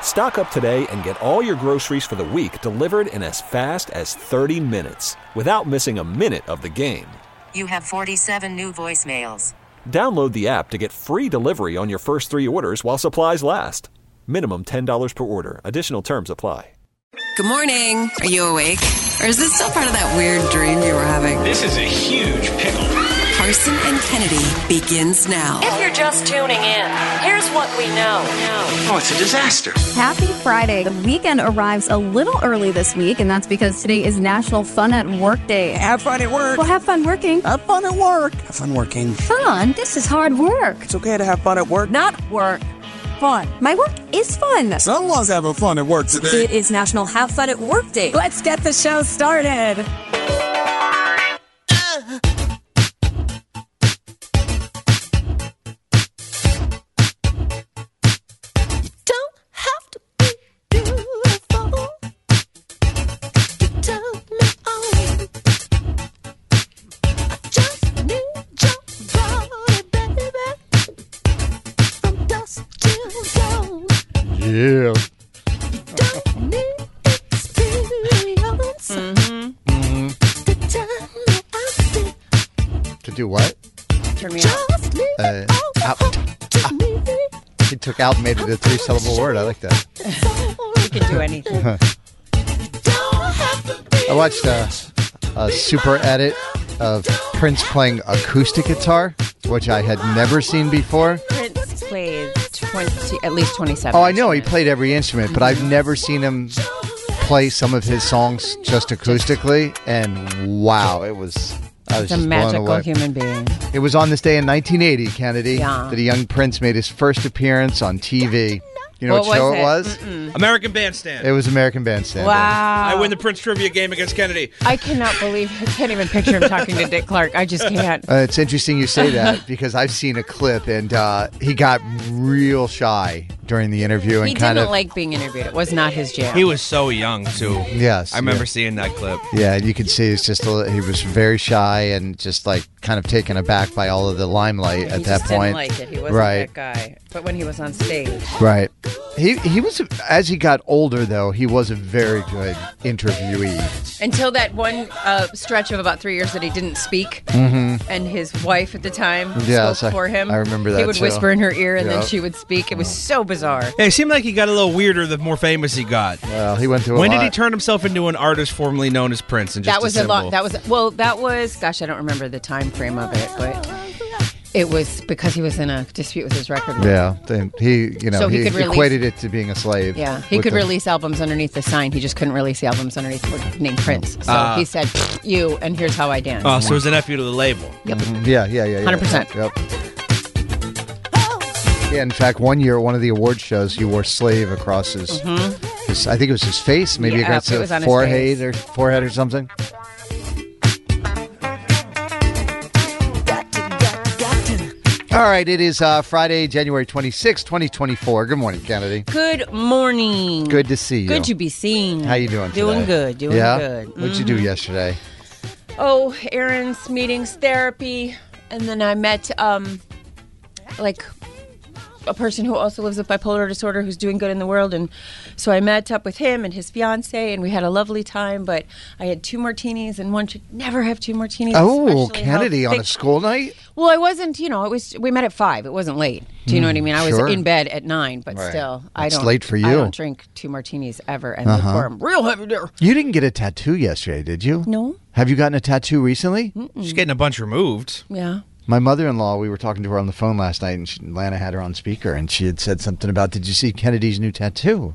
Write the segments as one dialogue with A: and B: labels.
A: Stock up today and get all your groceries for the week delivered in as fast as 30 minutes without missing a minute of the game.
B: You have 47 new voicemails.
A: Download the app to get free delivery on your first three orders while supplies last. Minimum $10 per order. Additional terms apply.
C: Good morning. Are you awake? Or is this still part of that weird dream you were having?
D: This is a huge pickle.
C: Carson and Kennedy begins now.
E: If you're just tuning in, here's what we know.
D: Oh, it's a disaster.
F: Happy Friday. The weekend arrives a little early this week, and that's because today is National Fun at Work Day.
G: Have fun at work.
F: Well, have fun working.
G: Have fun at work. Have fun working.
F: Fun? This is hard work.
G: It's okay to have fun at work.
E: Not work, fun.
F: My work is fun.
G: Some of us having fun at work today.
E: It is National Have Fun at Work Day.
F: Let's get the show started.
H: don't have to be beautiful. You turn me on. I just need your body, baby. From dusk till dawn.
I: Yeah.
H: You don't need experience
J: Mm-hmm.
H: to turn me out.
I: To do what?
H: Just leave
I: Uh,
H: it all
I: out.
H: up to me.
I: He took out and made it a three syllable word. I like that.
H: You can do anything.
I: I watched a, a super edit of Prince playing acoustic guitar, which I had never seen before.
H: Prince plays
J: 20, at least 27.
I: Oh, I know he played every instrument, but I've never seen him play some of his songs just acoustically. And wow, it was. I was
J: He's a
I: just blown
J: magical
I: away.
J: human being.
I: It was on this day in 1980, Kennedy,
J: Yeah.
I: that a young Prince made his first appearance on TV. You know what,
J: What was
I: show
J: it?
I: it was?
D: American Bandstand.
I: It was American Bandstand.
D: I
J: Wow.
D: win the Prince trivia game against Kennedy.
J: I cannot believe, I can't even picture him talking to Dick Clark. I just can't.
I: Uh, it's interesting you say that because I've seen a clip and uh, he got real shy during the interview and
J: He
I: kind
J: didn't
I: of
J: like being interviewed. It was not his jam.
K: He was so young too.
I: yes.
K: I remember
I: yeah.
K: seeing that clip.
I: Yeah, and you could see it's just a, li- he was very shy and just like kind of taken aback by all of the limelight at
J: he
I: that
J: just
I: point.
J: didn't like it. He wasn't
I: right,
J: that guy. But when he was on stage,
I: right. He he was as he got older though he was a very good interviewee.
J: until that one uh, stretch of about three years that he didn't speak,
I: Mm-hmm.
J: and his wife at the time
I: Mm. Yes, I-
J: spoke for him.
I: I remember
J: He
I: that,
J: would
I: too. Mm.
J: whisper in her ear, and
I: Yeah.
J: then she would speak. It was so bizarre.
K: Yeah, it seemed like he got a little weirder the more famous he got.
I: Well, he went through. a
K: when did
I: lot.
K: he turn himself into an artist formerly known as Prince? And just
J: that was
K: a,
J: a lot.
K: symbol?
J: That was well. That was gosh. I don't remember the time frame of it, but it was because he was in a dispute with his record. label.
I: Yeah, then he you know
J: So he
I: he,
J: could release-
I: equated it to being a slave.
J: Yeah, he
I: with
J: could
I: the-
J: release albums underneath the sign. He just couldn't release the albums underneath the word- name Prince. So
I: Ah.
J: he said, "Pfft, "You and here's how I dance."
K: Oh, so it was an nephew to the label. Mm-hmm.
I: Yeah, yeah, yeah. yeah.
J: 100%.
I: Yep. Yeah, in fact, one year at one of the award shows, he wore slave across his, his I think it was his face, maybe
J: Mm-hmm. Yeah,
I: against
J: it
I: the
J: was on his
I: forehead
J: face.
I: or forehead or something. All right, it is uh, Friday, January twenty sixth, 2024. Good morning, Kennedy.
J: Good morning.
I: Good to see you.
J: Good to be seen.
I: How you doing
J: Doing
I: today?
J: good. Doing
I: yeah?
J: good. Mm-hmm.
I: What'd you do yesterday?
J: Oh, errands, meetings, therapy, and then I met um, like a person who also lives with bipolar disorder who's doing good in the world, and so I met up with him and his fiance, and we had a lovely time. But I had two martinis, and one should never have two martinis.
I: Oh,
J: especially how
I: Kennedy on a
J: thick-
I: school night?
J: Well, I wasn't. You know, it was. We met at five. It wasn't late. Do you know what I mean? I was
I: Mm, sure.
J: in bed at nine, but
I: Right.
J: still, I
I: It's
J: don't.
I: late for
J: I
I: you. Uh-huh.
J: don't drink two martinis ever, and look for 'em real heavy there.
I: You didn't get a tattoo yesterday, did you?
J: No.
I: Have you gotten a tattoo recently?
K: She's getting a bunch removed.
J: Yeah.
I: My mother-in-law, we were talking to her on the phone last night, and she, Lana had her on speaker, and she had said something about, "Did you see Kennedy's new tattoo?"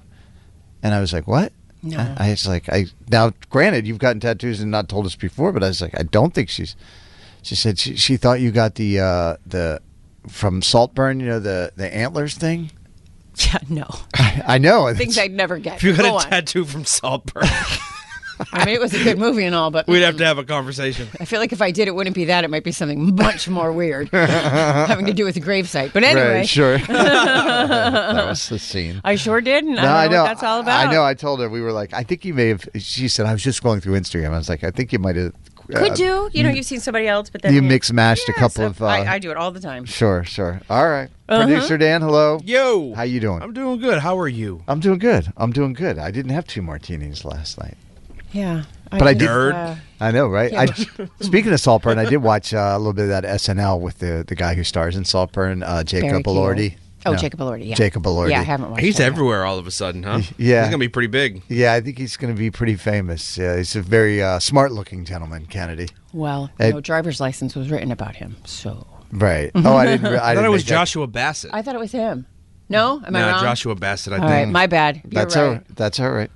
I: And I was like, "What?"
J: No.
I: I, I was like, "I now, granted, you've gotten tattoos and not told us before, but I was like, I don't think she's." She said she, she thought you got the uh, the from Saltburn, you know, the the antlers thing.
J: Yeah, no.
I: I, I know.
J: Things I'd never get.
K: If you
J: Go
K: got
J: on.
K: a tattoo from Saltburn,
J: I mean, it was a good movie and all, but
K: we'd have to have a conversation.
J: I feel like if I did, it wouldn't be that. It might be something much more weird having to do with the gravesite. But anyway,
I: Right, sure. that was the scene.
J: I sure did, and
I: No,
J: I don't know, what that's all about.
I: I know. I told her we were like, I think you may have. She said I was just scrolling through Instagram. I was like, I think you might have. uh,
J: Could you? You know, you've seen somebody else, but then
I: you mix mashed a couple
J: so
I: of. Uh,
J: I, I do it all the time.
I: Sure, sure. All right.
J: Uh-huh.
I: Producer Dan, hello.
K: Yo,
I: how you doing?
K: I'm doing good. How are you?
I: I'm doing good. I'm doing good. I didn't have two martinis last night,
J: Yeah,
I: but I did.
J: uh,
I: I know, right? I,
J: Yeah.
I: speaking of Saltburn, I did watch uh, a little bit of that SNL with the the guy who stars in Saltburn, uh,
J: Barry
I: Jacob
J: Keoghan.
I: Elordi.
J: Oh,
I: No,
J: Jacob Elordi. Yeah.
I: Jacob Elordi.
J: Yeah, I haven't watched.
K: He's
J: that yet.
K: everywhere all of a sudden, huh?
I: Yeah.
K: he's gonna be pretty big.
I: Yeah, I think he's going to be pretty famous. Yeah, he's a very uh, smart-looking gentleman, Kennedy.
J: Well,
I: Uh,
J: no driver's license was written about him, so
I: Right. Oh, I didn't. re- I,
K: I thought
I: didn't
K: it was
I: make that-
K: Joshua Bassett.
J: I thought it was him. No, am I
K: Nah,
J: wrong?
K: Joshua Bassett. I
J: All
K: think.
J: right, my bad. You're
I: That's
J: right.
I: all. That's all right.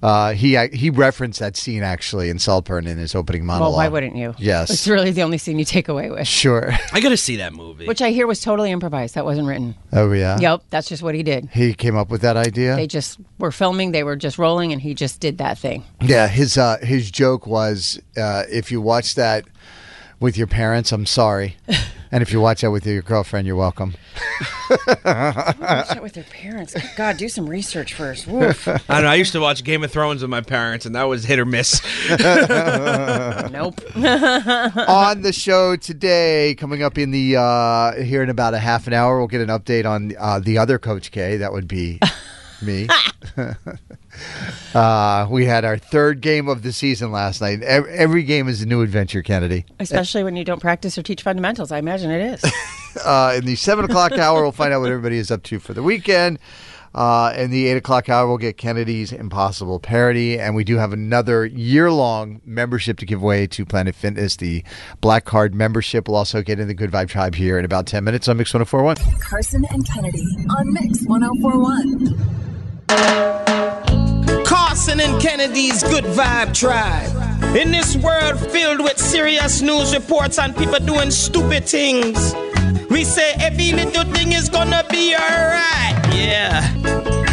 I: Uh, he I, he referenced that scene actually in Saltburn in his opening monologue.
J: Well, why wouldn't you?
I: Yes.
J: it's really the only scene you take away with,
I: Sure.
K: I gotta see that movie.
J: which I hear was totally improvised. That wasn't written.
I: Oh yeah.
J: Yep, that's just what he did.
I: He came up with that idea.
J: They just were filming. They were just rolling, and he just did that thing.
I: yeah. His uh, his joke was uh, if you watch that with your parents, I'm sorry, and if you watch that with your girlfriend, you're welcome.
J: with their parents. God, do some research first. Woof.
K: I don't know. I used to watch Game of Thrones with my parents, and that was hit or miss.
J: nope.
I: on the show today, coming up in the uh, here in about a half an hour, we'll get an update on uh, the other Coach K. That would be me. uh, we had our third game of the season last night. Every, every game is a new adventure, Kennedy.
J: Especially when you don't practice or teach fundamentals. I imagine it is.
I: Uh, in the seven o'clock hour, we'll find out what everybody is up to for the weekend. Uh, in the eight o'clock hour, we'll get Kennedy's Impossible parody, and we do have another year-long membership to give away to Planet Fitness. The Black Card membership will also get in the Good Vibe Tribe here in about ten minutes on Mix 1041.
L: Carson and Kennedy on Mix 1041.
D: Carson and Kennedy's Good Vibe Tribe. In this world filled with serious news reports and people doing stupid things, we say every little thing is gonna be alright. Yeah.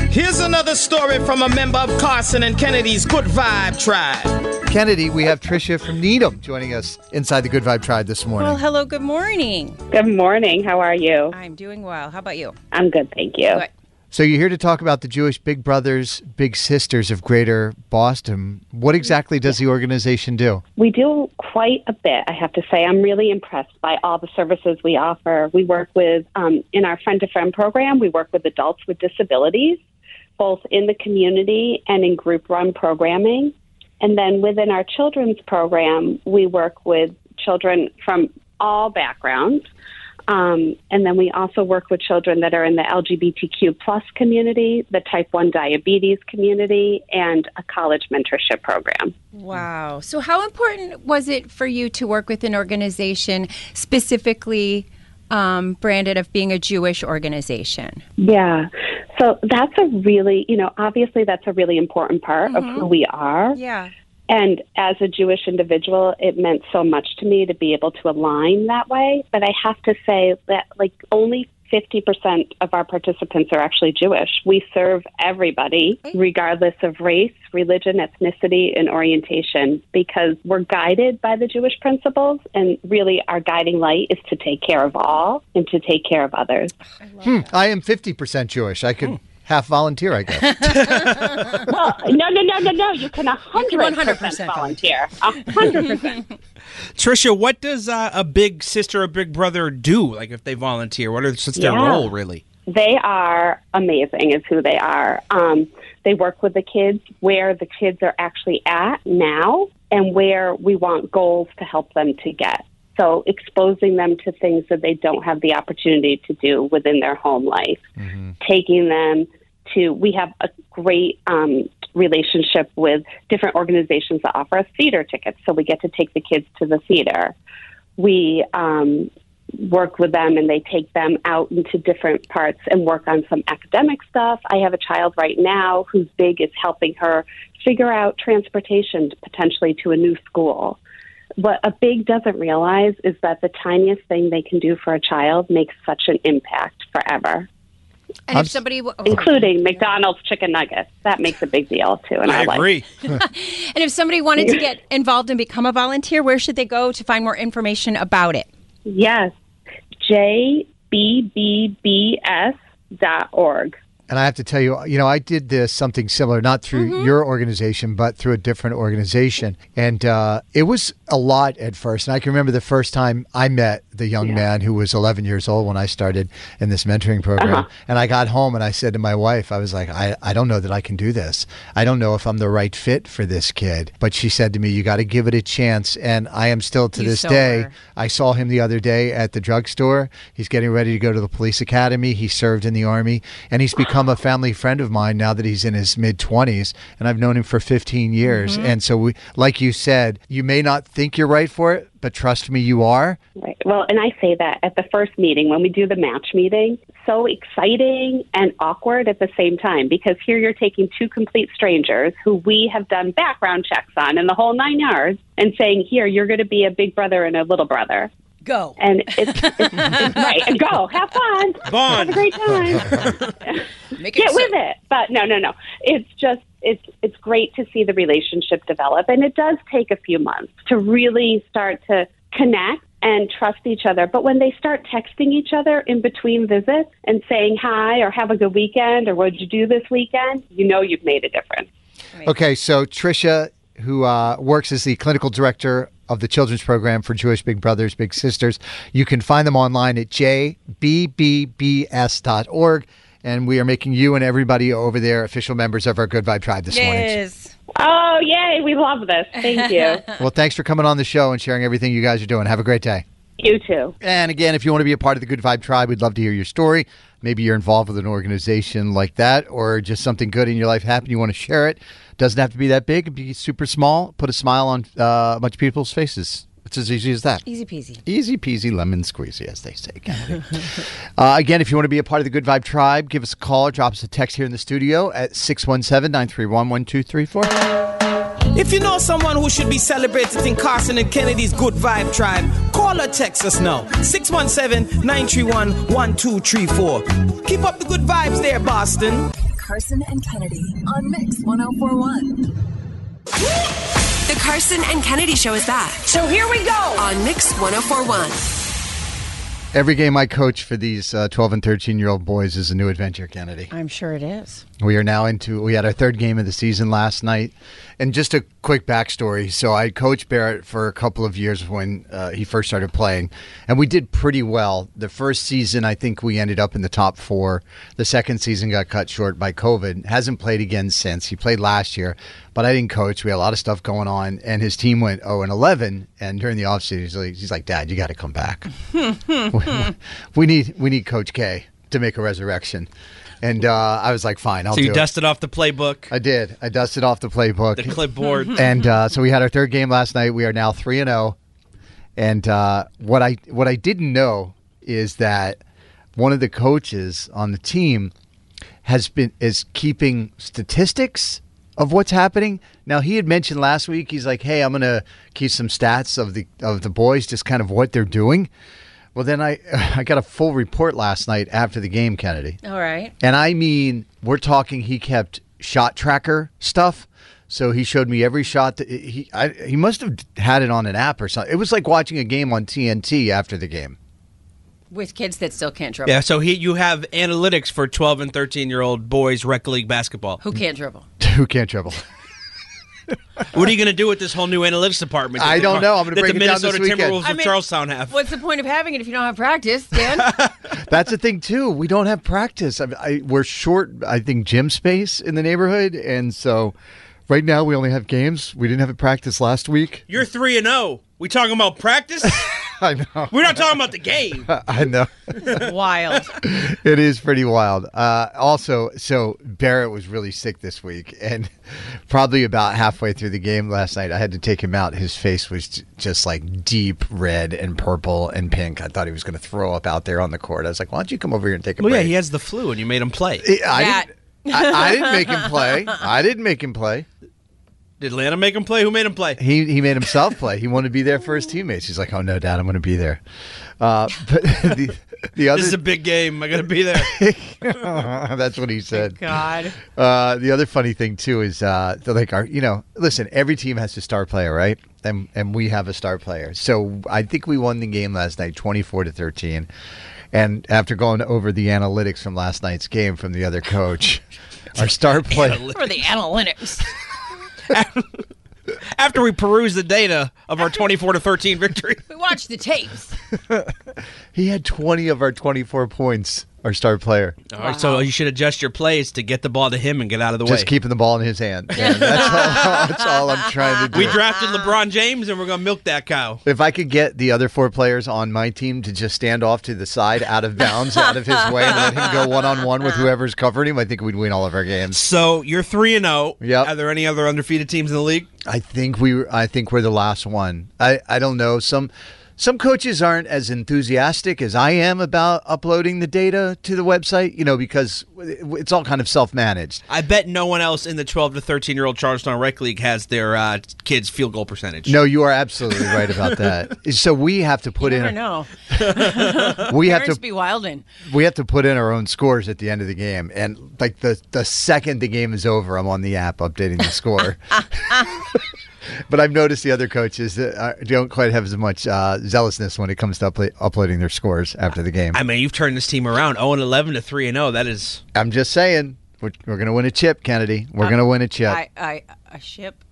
D: Here's another story from a member of Carson and Kennedy's Good Vibe Tribe.
I: Kennedy, we have Tricia from Needham joining us inside the Good Vibe Tribe this morning.
J: well, hello. Good morning.
M: Good morning. How are you?
J: I'm doing well. How about you?
M: I'm good, thank you.
J: Good.
I: so you're here to talk about the Jewish Big Brothers Big Sisters of Greater Boston. What exactly does the organization do?
M: We do quite a bit, I have to say. I'm really impressed by all the services we offer. We work with, um, in our friend to friend program, we work with adults with disabilities, both in the community and in group run programming. And then within our children's program, we work with children from all backgrounds. Um, and then we also work with children that are in the LGBTQ plus community, the type 1 diabetes community, and a college mentorship program.
J: Wow. So, how important was it for you to work with an organization specifically um, branded of being a Jewish organization?
M: Yeah. So that's a really, you know, obviously that's a really important part of who we are.
J: Yeah.
M: And as a Jewish individual, it meant so much to me to be able to align that way. But I have to say that, like, only 50% of our participants are actually Jewish. We serve everybody, regardless of race, religion, ethnicity, and orientation, because we're guided by the Jewish principles. And really, our guiding light is to take care of all and to take care of others.
I: Hmm, I am 50% Jewish. I could half volunteer, I guess.
M: well, no, no, no, no, no. You can 100% volunteer. 100%.
K: Trisha, what does uh, a big sister or big brother do? Like if they volunteer, what are what's their
M: Yeah.
K: role really?
M: They are amazing, is who they are. Um, they work with the kids where the kids are actually at now and where we want goals to help them to get. So, exposing them to things that they don't have the opportunity to do within their home life, taking them to, we have a great um, relationship with different organizations that offer us theater tickets. So, we get to take the kids to the theater. We um, work with them and they take them out into different parts and work on some academic stuff. I have a child right now who's big is helping her figure out transportation potentially to a new school. What a big doesn't realize is that the tiniest thing they can do for a child makes such an impact forever.
N: And
M: I'm
N: if somebody, w- oh,
M: Including McDonald's chicken nuggets. That makes a big deal too. And I, like
J: and if somebody wanted to get involved and become a volunteer, where should they go to find more information about it?
M: Yes, jbbbs.org.
I: And I have to tell you, you know, I did this something similar, not through your organization, but through a different organization. And uh, it was a lot at first. And I can remember the first time I met the young man who was 11 years old when I started in this mentoring program.
O: Uh-huh.
I: And I got home and I said to my wife, I was like, I, I don't know that I can do this. I don't know if I'm the right fit for this kid. But she said to me, You got to give it a chance. And I am still to
P: You
I: this
P: saw
I: day.
P: her.
I: I saw him the other day at the drugstore. He's getting ready to go to the police academy. He served in the army and he's become a family friend of mine now that he's in his mid 20s. And I've known him for 15 years.
M: Mhm.
I: And so, we, like you said, you may not think you're right for it, but trust me, you are.
M: Right. Well, and I say that at the first meeting when we do the match meeting, so exciting and awkward at the same time because here you're taking two complete strangers who we have done background checks on and the whole nine yards and saying, "Here, you're going to be a big brother and a little brother."
J: Go.
M: And it's, it's, it's right. And go. Have fun. Have a great time. Get with it. But no, no, no. It's just it's it's great to see the relationship develop and it does take a few months to really start to connect and trust each other. But when they start texting each other in between visits and saying hi or have a good weekend or what'd you do this weekend, you know you've made a difference.
I: Okay, so Trisha, who uh, works as the clinical director of the children's program for Jewish Big Brothers Big Sisters, you can find them online at jbbbs.org. And we are making you and everybody over there official members of our Good Vibe Tribe this morning.
M: Oh, yay. We love this. Thank you.
I: Well, thanks for coming on the show and sharing everything you guys are doing. Have a great day.
M: you too.
I: And again, if you want to be a part of the Good Vibe Tribe, we'd love to hear your story. Maybe you're involved with an organization like that, or just something good in your life happened. You want to share it. Doesn't have to be that big. It be super small. Put a smile on uh, a bunch of people's faces. It's as easy as that.
J: Easy peasy.
I: Easy peasy lemon squeezy, as they say. Kennedy. uh, again, if you want to be a part of the Good Vibe Tribe, give us a call or drop us a text here in the studio at 617 931 1234.
D: If you know someone who should be celebrated in Carson and Kennedy's Good Vibe Tribe, call or text us now. 617 931 1234. Keep up the good vibes there, Boston.
L: Carson and Kennedy on Mix 1041.
C: The Carson and Kennedy Show is back. So here we go on Mix 1041.
I: Every game I coach for these uh, 12 and 13 year old boys is a new adventure, Kennedy.
J: I'm sure it is.
I: We are now into. We had our third game of the season last night, and just a quick backstory. So I coached Barrett for a couple of years when uh, he first started playing, and we did pretty well. The first season, I think we ended up in the top four. The second season got cut short by COVID. Hasn't played again since. He played last year, but I didn't coach. We had a lot of stuff going on, and his team went 0 and 11. And during the offseason, he's like, he's like, Dad, you got to come back.
C: Hmm,
I: we need we need Coach K to make a resurrection. And uh, I was like, fine, I'll
K: so
I: do
K: you
I: it.
K: dusted off the playbook.
I: I did. I dusted off the playbook,
K: The clipboard.
I: and uh, so we had our third game last night. We are now three and zero. And uh, what I what I didn't know is that one of the coaches on the team has been is keeping statistics of what's happening. Now he had mentioned last week. He's like, "Hey, I'm gonna keep some stats of the of the boys, just kind of what they're doing." Well, then I I got a full report last night after the game, Kennedy.
J: All right.
I: And I mean, we're talking. He kept shot tracker stuff, so he showed me every shot that he I, he must have had it on an app or something. It was like watching a game on TNT after the game.
J: With kids that still can't dribble.
K: Yeah, so he you have analytics for 12 and 13 year old boys rec league basketball.
J: Who can't dribble?
I: Who can't dribble?
K: What are you going to do with this whole new analytics department? that
I: I
K: the-
I: don't know. I'm gonna
K: that
I: break
K: the
I: it down this
K: Minnesota
I: weekend.
K: Timberwolves
I: I
K: of
I: mean-
K: Charlestown have.
J: What's the point of having it if you don't have practice, Dan?
I: That's the thing too. We don't have practice. I, I, we're short. I think gym space in the neighborhood, and so right now we only have games. We didn't have a practice last week.
K: You're three and zero. We talking oh. about practice?
I: I know.
K: We're not talking about the game.
I: I know.
J: Wild.
I: it is pretty wild. Uh, also, so Barrett was really sick this week, and probably about halfway through the game last night, I had to take him out. His face was j- just like deep red and purple and pink. I thought he was going to throw up out there on the court. I was like, "Why don't you come over here and take a
K: Well, yeah,
I: break?"
K: he has the flu, and you made him play.
I: I, didn't, I, I didn't make him play. I didn't make him play.
K: Did Atlanta make him play? Who made him play?
I: He he made himself play. He wanted to be there for his teammates. He's like, "Oh no, Dad, I'm going to be there." Uh, but the the other
K: This is a big game. I gotta be there.
I: That's what he said.
J: God.
I: Uh, the other funny thing too is uh, they're like our, you know, listen, every team has a star player, right? And and we have a star player. So I think we won the game last night, twenty four to thirteen. And after going over the analytics from last night's game from the other coach, our star player,
J: For the analytics.
K: After we peruse the data of our twenty-four to thirteen victory,
J: We watch the tapes.
I: he had twenty of our twenty four points. Our star player,
K: all right. So you should adjust your plays to get the ball to him and get out of the
I: just
K: way.
I: keeping the ball in his hand. And that's, all, that's all I'm trying to do.
K: we drafted LeBron James, and we're gonna milk that cow.
I: If I could get the other four players on my team to just stand off to the side, out of bounds, out of his way, and let him go one on one with whoever's covering him, I think we'd win all of our games.
K: So you're three and zero. Yeah. Are there any other undefeated teams in the league?
I: I think we, I think we're the last one. I, I don't know. Some, some coaches aren't as enthusiastic as I am about uploading the data to the website. You know, because it's all kind of self managed.
K: I bet no one else in the 12 to 13 year old Charleston Rec League has their uh, kids' field goal percentage.
I: No, you are absolutely right about that. So we have to put
J: You
I: in.
J: never know.
I: We have
J: Parents
I: to-
J: be wildin'.
I: we have to put in our own scores at the end of the game and like the the second the game is over i'm on the app updating the score but i've noticed the other coaches that uh, don't quite have as much uh, zealousness when it comes to upla uploading their scores after the game
K: I mean, you've turned this team around 0 and 11 to 3 and 0. That is.
I: i'm just saying we're, we're gonna win a chip kennedy we're
J: Um,
I: gonna win a chip
J: I, I, a ship.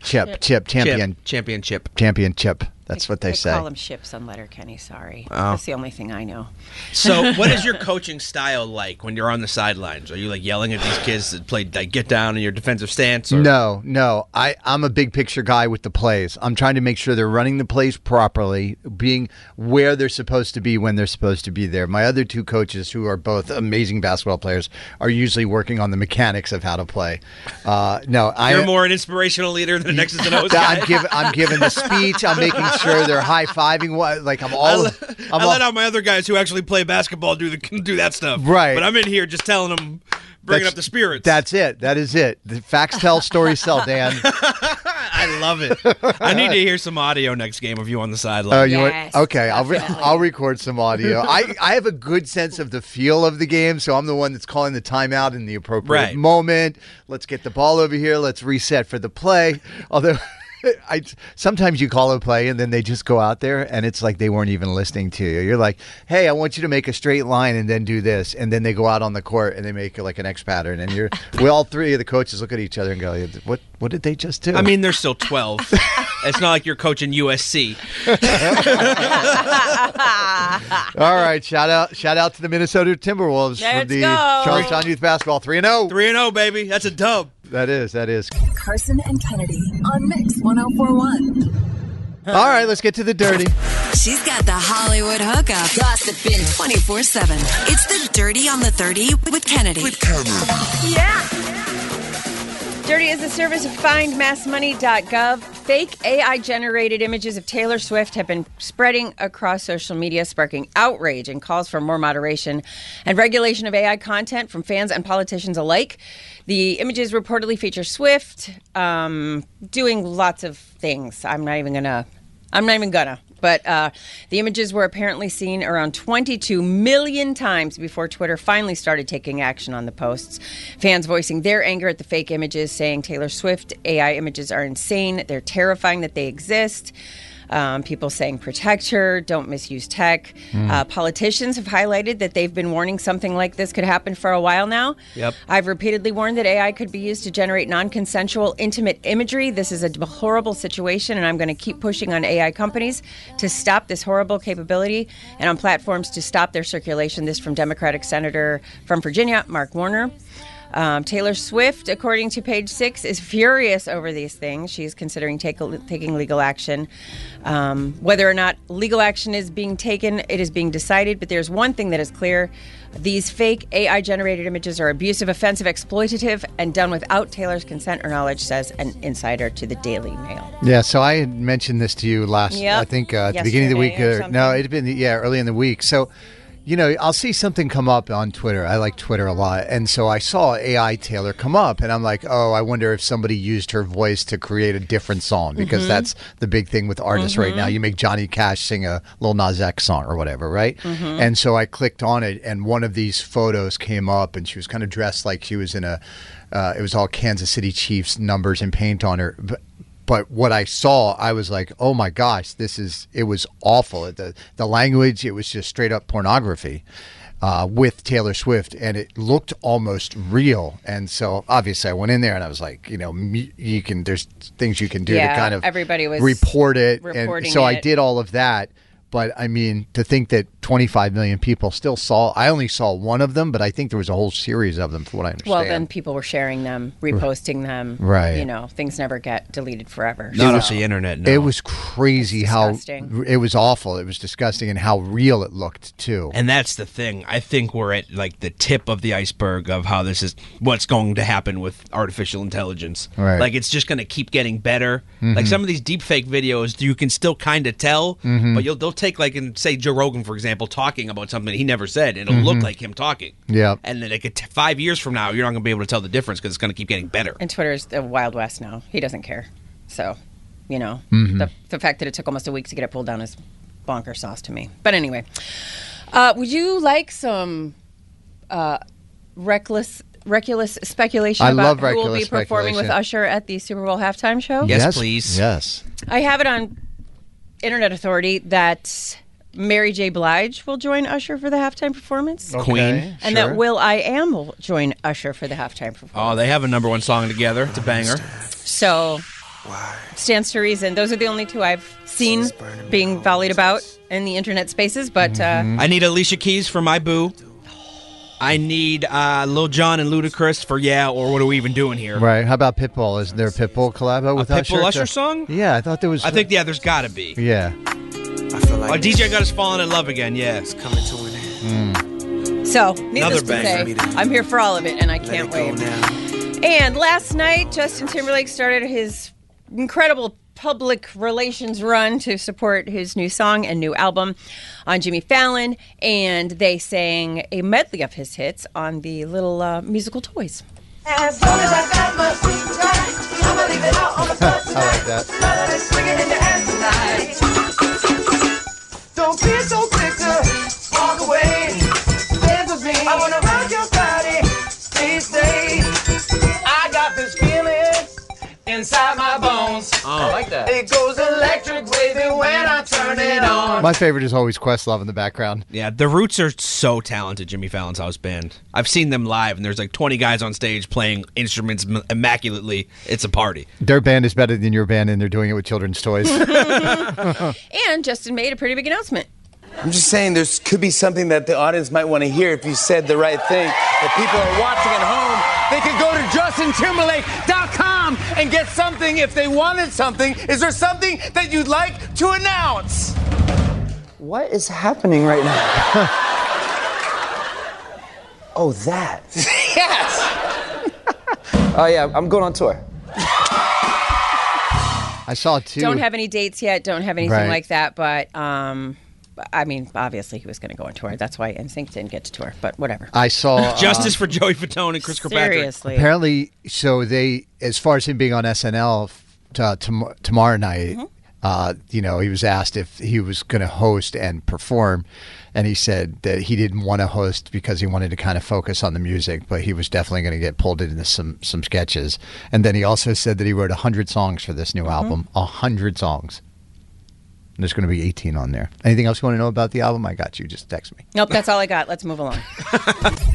I: chip chip champion
K: championship
I: championship that's what they,
J: They
I: say
J: call them ships on Letterkenny. Sorry,
I: Oh.
J: that's the only thing I know.
K: So, what is your coaching style like when you're on the sidelines? Are you like yelling at these kids that play like get down in your defensive stance? Or
I: No, no. I, I'm a big picture guy with the plays. I'm trying to make sure they're running the plays properly, being where they're supposed to be when they're supposed to be there. My other two coaches, who are both amazing basketball players, are usually working on the mechanics of how to play. Uh, no, I
K: you're
I: am.
K: more an inspirational leader than an X's and O's guy.
I: I'm giving. I'm giving the speech. I'm making sure they're high fiving. What? Like I'm all. I'm
K: I
I: all-
K: let out my other guys who actually play basketball do the do that stuff.
I: Right.
K: But I'm in here just telling them, bringing
I: That's-
K: up the spirits.
I: That's it. That is it. The facts tell, stories sell. Dan.
K: I love it. I need to hear some audio next game of you on the sideline.
I: Oh, you want? Okay, I'll re- I'll record some audio. I I have a good sense of the feel of the game, so I'm the one that's calling the timeout in the appropriate
K: Right.
I: moment. Let's get the ball over here. Let's reset for the play. Although. I sometimes you call a play and then they just go out there and it's like they weren't even listening to you. You're like, "Hey, I want you to make a straight line and then do this," and then they go out on the court and they make like an X pattern. And you're, we all three of the coaches look at each other and go, "What? What did they just do?"
K: I mean, they're still 12. it's not like you're coaching USC.
I: All right, shout out shout out to the Minnesota Timberwolves
K: Let's
I: from the
K: go.
I: Charlestown Youth Basketball 3 0.
K: 3 0, oh, baby. That's a dub.
I: That is, that is.
L: Carson and Kennedy on Mix 1041.
I: All right, let's get to the dirty.
C: She's got the Hollywood hookup. Gossiping 24 7. It's the Dirty on the 30 with Kennedy. With Kennedy.
J: Yeah. Dirty is a service of findmassmoney.gov. Fake AI generated images of Taylor Swift have been spreading across social media, sparking outrage and calls for more moderation and regulation of AI content from fans and politicians alike. The images reportedly feature Swift um, doing lots of things. I'm not even going to, I'm not even going to. But uh, the images were apparently seen around 22 million times before Twitter finally started taking action on the posts. Fans voicing their anger at the fake images, saying Taylor Swift AI images are insane. They're terrifying that they exist. Um, people saying protect her, don't misuse tech.
N: Hmm.
J: Uh, politicians have highlighted that they've been warning something like this could happen for a while now.
N: Yep.
J: I've repeatedly warned that AI could be used to generate non consensual, intimate imagery. This is a horrible situation, and I'm going to keep pushing on AI companies to stop this horrible capability and on platforms to stop their circulation. This from Democratic Senator from Virginia, Mark Warner. Um, Taylor Swift, according to page six, is furious over these things. She's considering take, taking legal action. Um, whether or not legal action is being taken, it is being decided, but there's one thing that is clear these fake AI generated images are abusive, offensive, exploitative, and done without Taylor's consent or knowledge, says an insider to the Daily Mail.
I: Yeah, so I had mentioned this to you last,
J: Yep.
I: I think, uh, at the beginning of the week.
J: Yesterday or
I: Or, no, it had been, yeah, early in the week. So, you know, I'll see something come up on Twitter. I like Twitter a lot. And so I saw AI Taylor come up, and I'm like, oh, I wonder if somebody used her voice to create a different song because
J: Mm-hmm.
N: Mhm.
I: that's the big thing with artists right
N: Mhm.
I: now. You make Johnny Cash sing a Lil Nas X song or whatever, right?
N: Mhm.
I: And so I clicked on it, and one of these photos came up, and she was kind of dressed like she was in a. Uh, it was all Kansas City Chiefs numbers and paint on her. But, but what I saw, I was like, "Oh my gosh, this is!" It was awful. The the language, it was just straight up pornography uh, with Taylor Swift, and it looked almost real. And so obviously, I went in there and I was like, you know, mu- you can there's things you can do
J: Yeah,
I: to kind of
J: everybody was
I: report it, and
J: reporting
I: so I
J: it.
I: did all of that. But I mean, to think that 25 million people still saw, I only saw one of them, but I think there was a whole series of them, from what I understand.
J: Well, then people were sharing them, reposting them.
I: Right.
J: You know, things never get deleted forever.
I: It
J: So-
I: was- It was crazy how
J: disgusting.
I: it was awful. It was disgusting and how real it looked too.
K: And that's the thing. I think we're at like the tip of the iceberg of how this is what's going to happen with artificial intelligence.
I: Right.
K: Like it's just going to keep getting better.
I: Mhm.
K: Like some of these deepfake videos, you can still kind of tell,
I: Mhm.
K: but you'll they'll take like and say Joe Rogan for example talking about something he never said. It'll
I: Mhm.
K: look like him talking.
I: Yeah.
K: And then like a t- five years from now, you're not going to be able to tell the difference because it's going to keep getting better.
J: And Twitter is the Wild West now. He doesn't care. So, you know,
I: Mm-hmm.
K: Mhm.
J: the, the fact that it took almost a week to get it pulled down is bonker sauce to me. But anyway, uh, would you like some uh, reckless, reckless speculation
I: I
J: about
I: love
J: who will be
I: reckless
J: performing with
I: speculation.
J: Usher at the Super Bowl halftime show?
I: please. Yes.
J: I have it on Internet Authority that Mary J. Blige will join Usher for the halftime performance.
K: Okay, Queen.
J: And
K: sure.
J: that Will I Am will join Usher for the halftime performance.
K: Oh, they have a number one song together. It's a banger.
J: So, stands to reason. Those are the only two I've seen being volleyed about in the internet spaces, but uh,
I: Mm-hmm.
K: I need Alicia Keys for my boo. I need uh, Lil Jon and Ludacris for yeah, or what are we even doing here?
I: Right. How about Pitbull? Is there a Pitbull collabo with
K: Pitbull
I: Usher?
K: Usher song?
I: Yeah, I thought there was.
K: I think yeah, there's got to be.
I: Yeah.
K: oh, DJ got us falling in love again. Yeah, it's coming to an end.
J: so
K: Another
J: needless to say,
K: banger.
J: I'm here for all of it, and I can't wait. And last night, Justin Timberlake started his incredible public relations run to support his new song and new album on Jimmy Fallon, and they sang a medley of his hits on the little uh, musical toys.
H: As long as I got my feet right, I'ma leave it all on the floor
I: I like that.
H: tonight. Let's swing it in the air tonight. Don't be so quick to walk away. Dance with me. I wanna rock your body. Stay, stay. I got this feeling inside my bones.
I: Oh. I like that.
H: It goes electric, wavy when I turn it on.
I: My favorite is always Questlove in the background.
K: Yeah, the Roots are so talented. Jimmy Fallon's house band. I've seen them live, and there's like 20 guys on stage playing instruments m- immaculately. It's a party.
I: Their band is better than your band, and they're doing it with children's toys.
J: And Justin made a pretty big announcement.
O: I'm just saying there could be something that the audience might want to hear if you said the right thing. If people are watching at home, they could go to justintimberlake.com and get something if they wanted something. Is there something that you'd like to announce?
H: What is happening right now?
O: Oh, that. yes. Oh yeah, I'm going on tour.
I: I saw two.
J: Don't have any dates yet. Don't have anything
I: Right.
J: like that. But um, I mean, obviously he was going to go on tour. That's why NSYNC didn't get to tour. But whatever.
I: I saw
K: Justice
I: uh,
K: for Joey Fatone and Chris
J: Seriously.
I: Apparently, so they, as far as him being on SNL f- to, tom- tomorrow night,
J: Mm-hmm.
I: uh, you know, he was asked if he was going to host and perform, and he said that he didn't want to host because he wanted to kind of focus on the music, but he was definitely going to get pulled into some some sketches. And then he also said that he wrote hundred songs for this new
J: Mm-hmm.
I: album, hundred songs. And There's going to be 18 on there. Anything else you want to know about the album? I got you. Just text me.
J: Nope, that's all I got. Let's move along.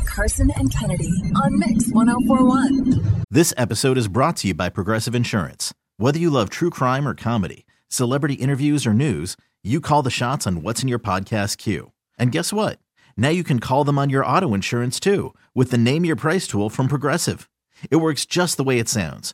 L: Carson and Kennedy on Mix 1041.
Q: This episode is brought to you by Progressive Insurance. Whether you love true crime or comedy, celebrity interviews or news, you call the shots on what's in your podcast queue. And guess what? Now you can call them on your auto insurance too with the Name Your Price tool from Progressive. It works just the way it sounds.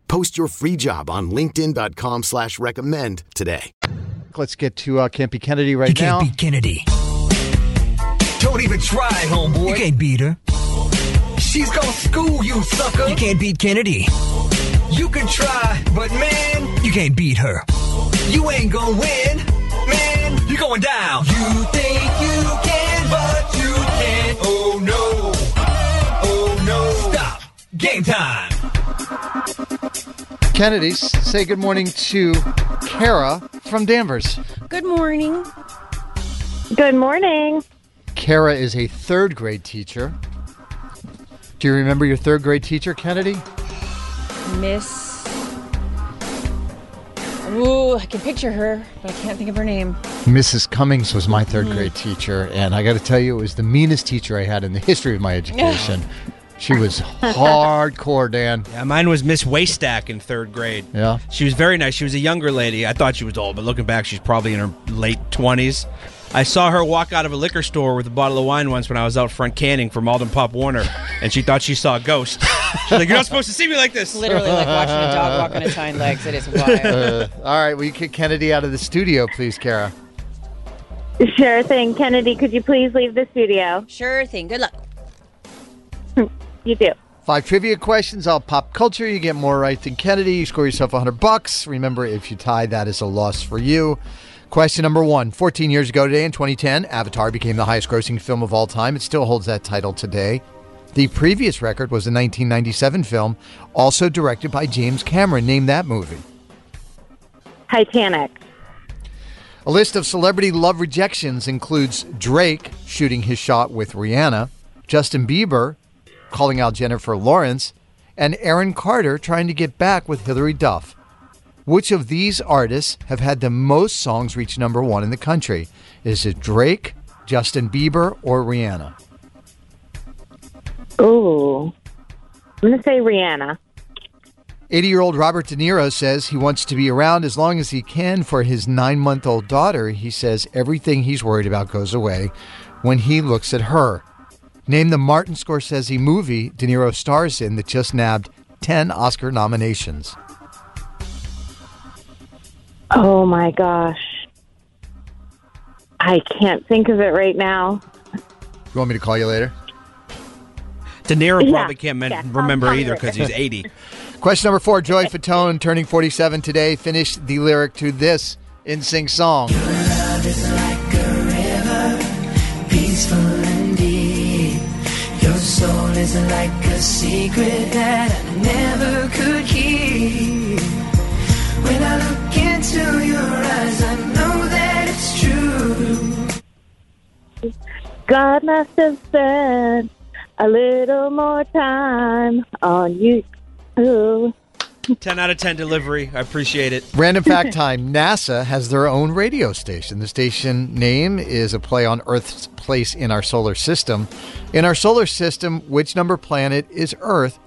P: Post your free job on linkedin.com/recommend slash recommend today.
I: Let's get to uh, Campy Kennedy right now.
P: Campy
R: Kennedy. Don't even try, homeboy. You can't beat her. She's gonna school you, sucker. You can't beat Kennedy. You can try, but man, you can't beat her. You ain't gonna win, man. You're going down. You think you can, but you can't. Oh no. Oh no. Stop. Game time.
I: Kennedy, s- say good morning to Kara from Danvers.
J: Good morning.
I: Good morning. Kara is a third grade teacher. Do you remember your third grade teacher, Kennedy?
J: Miss. Ooh, I can picture her, but I can't think of her name.
I: Mrs. Cummings was my third
J: Mhm.
I: grade teacher, and I got to tell you, it was the meanest teacher I had in the history of my education. she was hardcore, Dan.
K: Yeah, mine was Miss Waystack in third grade.
I: Yeah.
K: She was very nice. She was a younger lady. I thought she was old, but looking back, she's probably in her late 20s. I saw her walk out of a liquor store with a bottle of wine once when I was out front canning for Malden Pop Warner, and she thought she saw a ghost. She's like, You're not supposed to see me like this.
S: Literally like watching a dog walk on its hind legs. It is wild.
I: Uh, all right, will you kick Kennedy out of the studio, please, Kara?
T: Sure thing. Kennedy, could you please leave the studio?
J: Sure thing. Good luck.
I: You do. Five trivia questions, all pop culture. You get more right than Kennedy. You score yourself 100 bucks. Remember, if you tie, that is a loss for you. Question number one 14 years ago today in 2010, Avatar became the highest grossing film of all time. It still holds that title today. The previous record was a 1997 film, also directed by James Cameron. Name that movie.
T: Titanic.
I: A list of celebrity love rejections includes Drake shooting his shot with Rihanna, Justin Bieber calling out Jennifer Lawrence, and Aaron Carter trying to get back with Hilary Duff. Which of these artists have had the most songs reach number one in the country? Is it Drake, Justin Bieber, or Rihanna?
T: Ooh. I'm going to say Rihanna.
I: 80 year old Robert De Niro says he wants to be around as long as he can for his nine month old daughter. He says everything he's worried about goes away when he looks at her. Name the Martin Scorsese movie De Niro stars in that just nabbed 10 Oscar nominations.
T: Oh my gosh. I can't think of it right now.
I: You want me to call you later?
K: De Niro
T: Yeah.
K: probably can't men- remember either because he's 80.
I: Question number four Joy Fatone, turning 47 today, finished the lyric to this in sync song.
U: peaceful and deep. Your soul is like a secret that I never could keep. When I look into your eyes, I know that it's true.
T: God must have spent a little more time on you. Ooh.
K: 10 out of 10 delivery. I appreciate it.
I: Random fact time NASA has their own radio station. The station name is a play on Earth's place in our solar system. In our solar system, which number planet is Earth?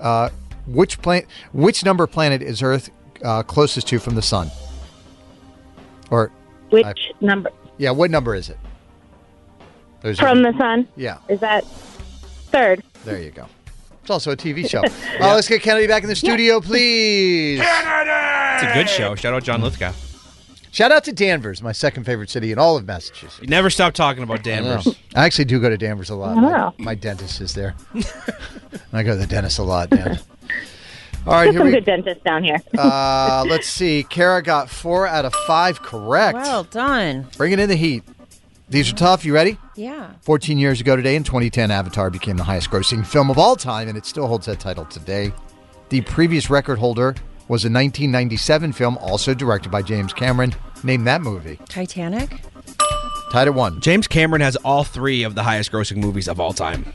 I: Uh, which planet? Which number planet is Earth uh, closest to from the sun? Or
T: which number?
I: Yeah, what number is it? Those are-
T: From the sun?
I: Yeah.
T: Is that Third.
I: There you go. It's also a TV show. Uh, let's get Kennedy back in the studio, please.
K: It's a good show. Shout out John Lithgow.
I: Shout out to Danvers, my second favorite city in all of Massachusetts.
K: You never stop talking about
I: I know.
K: Danvers.
I: I actually do go to Danvers a lot.
K: I
I: My,
K: know.
I: my dentist is there. and I go to the dentist a lot, Dan. All right,
T: There's
I: here
T: some
I: we
T: good dentists down here.
I: Uh, let's see. Kara got four out of five correct. Well
J: done.
I: Bringing in the heat. These are tough. You ready?
J: Yeah.
I: 14 years ago today, in 2010, Avatar became the highest grossing film of all time, and it still holds that title today. The previous record holder was a 1997 film, also directed by James Cameron. Name that movie.
J: Titanic?
I: Tied at one.
K: James Cameron has all three of the highest grossing movies of all time.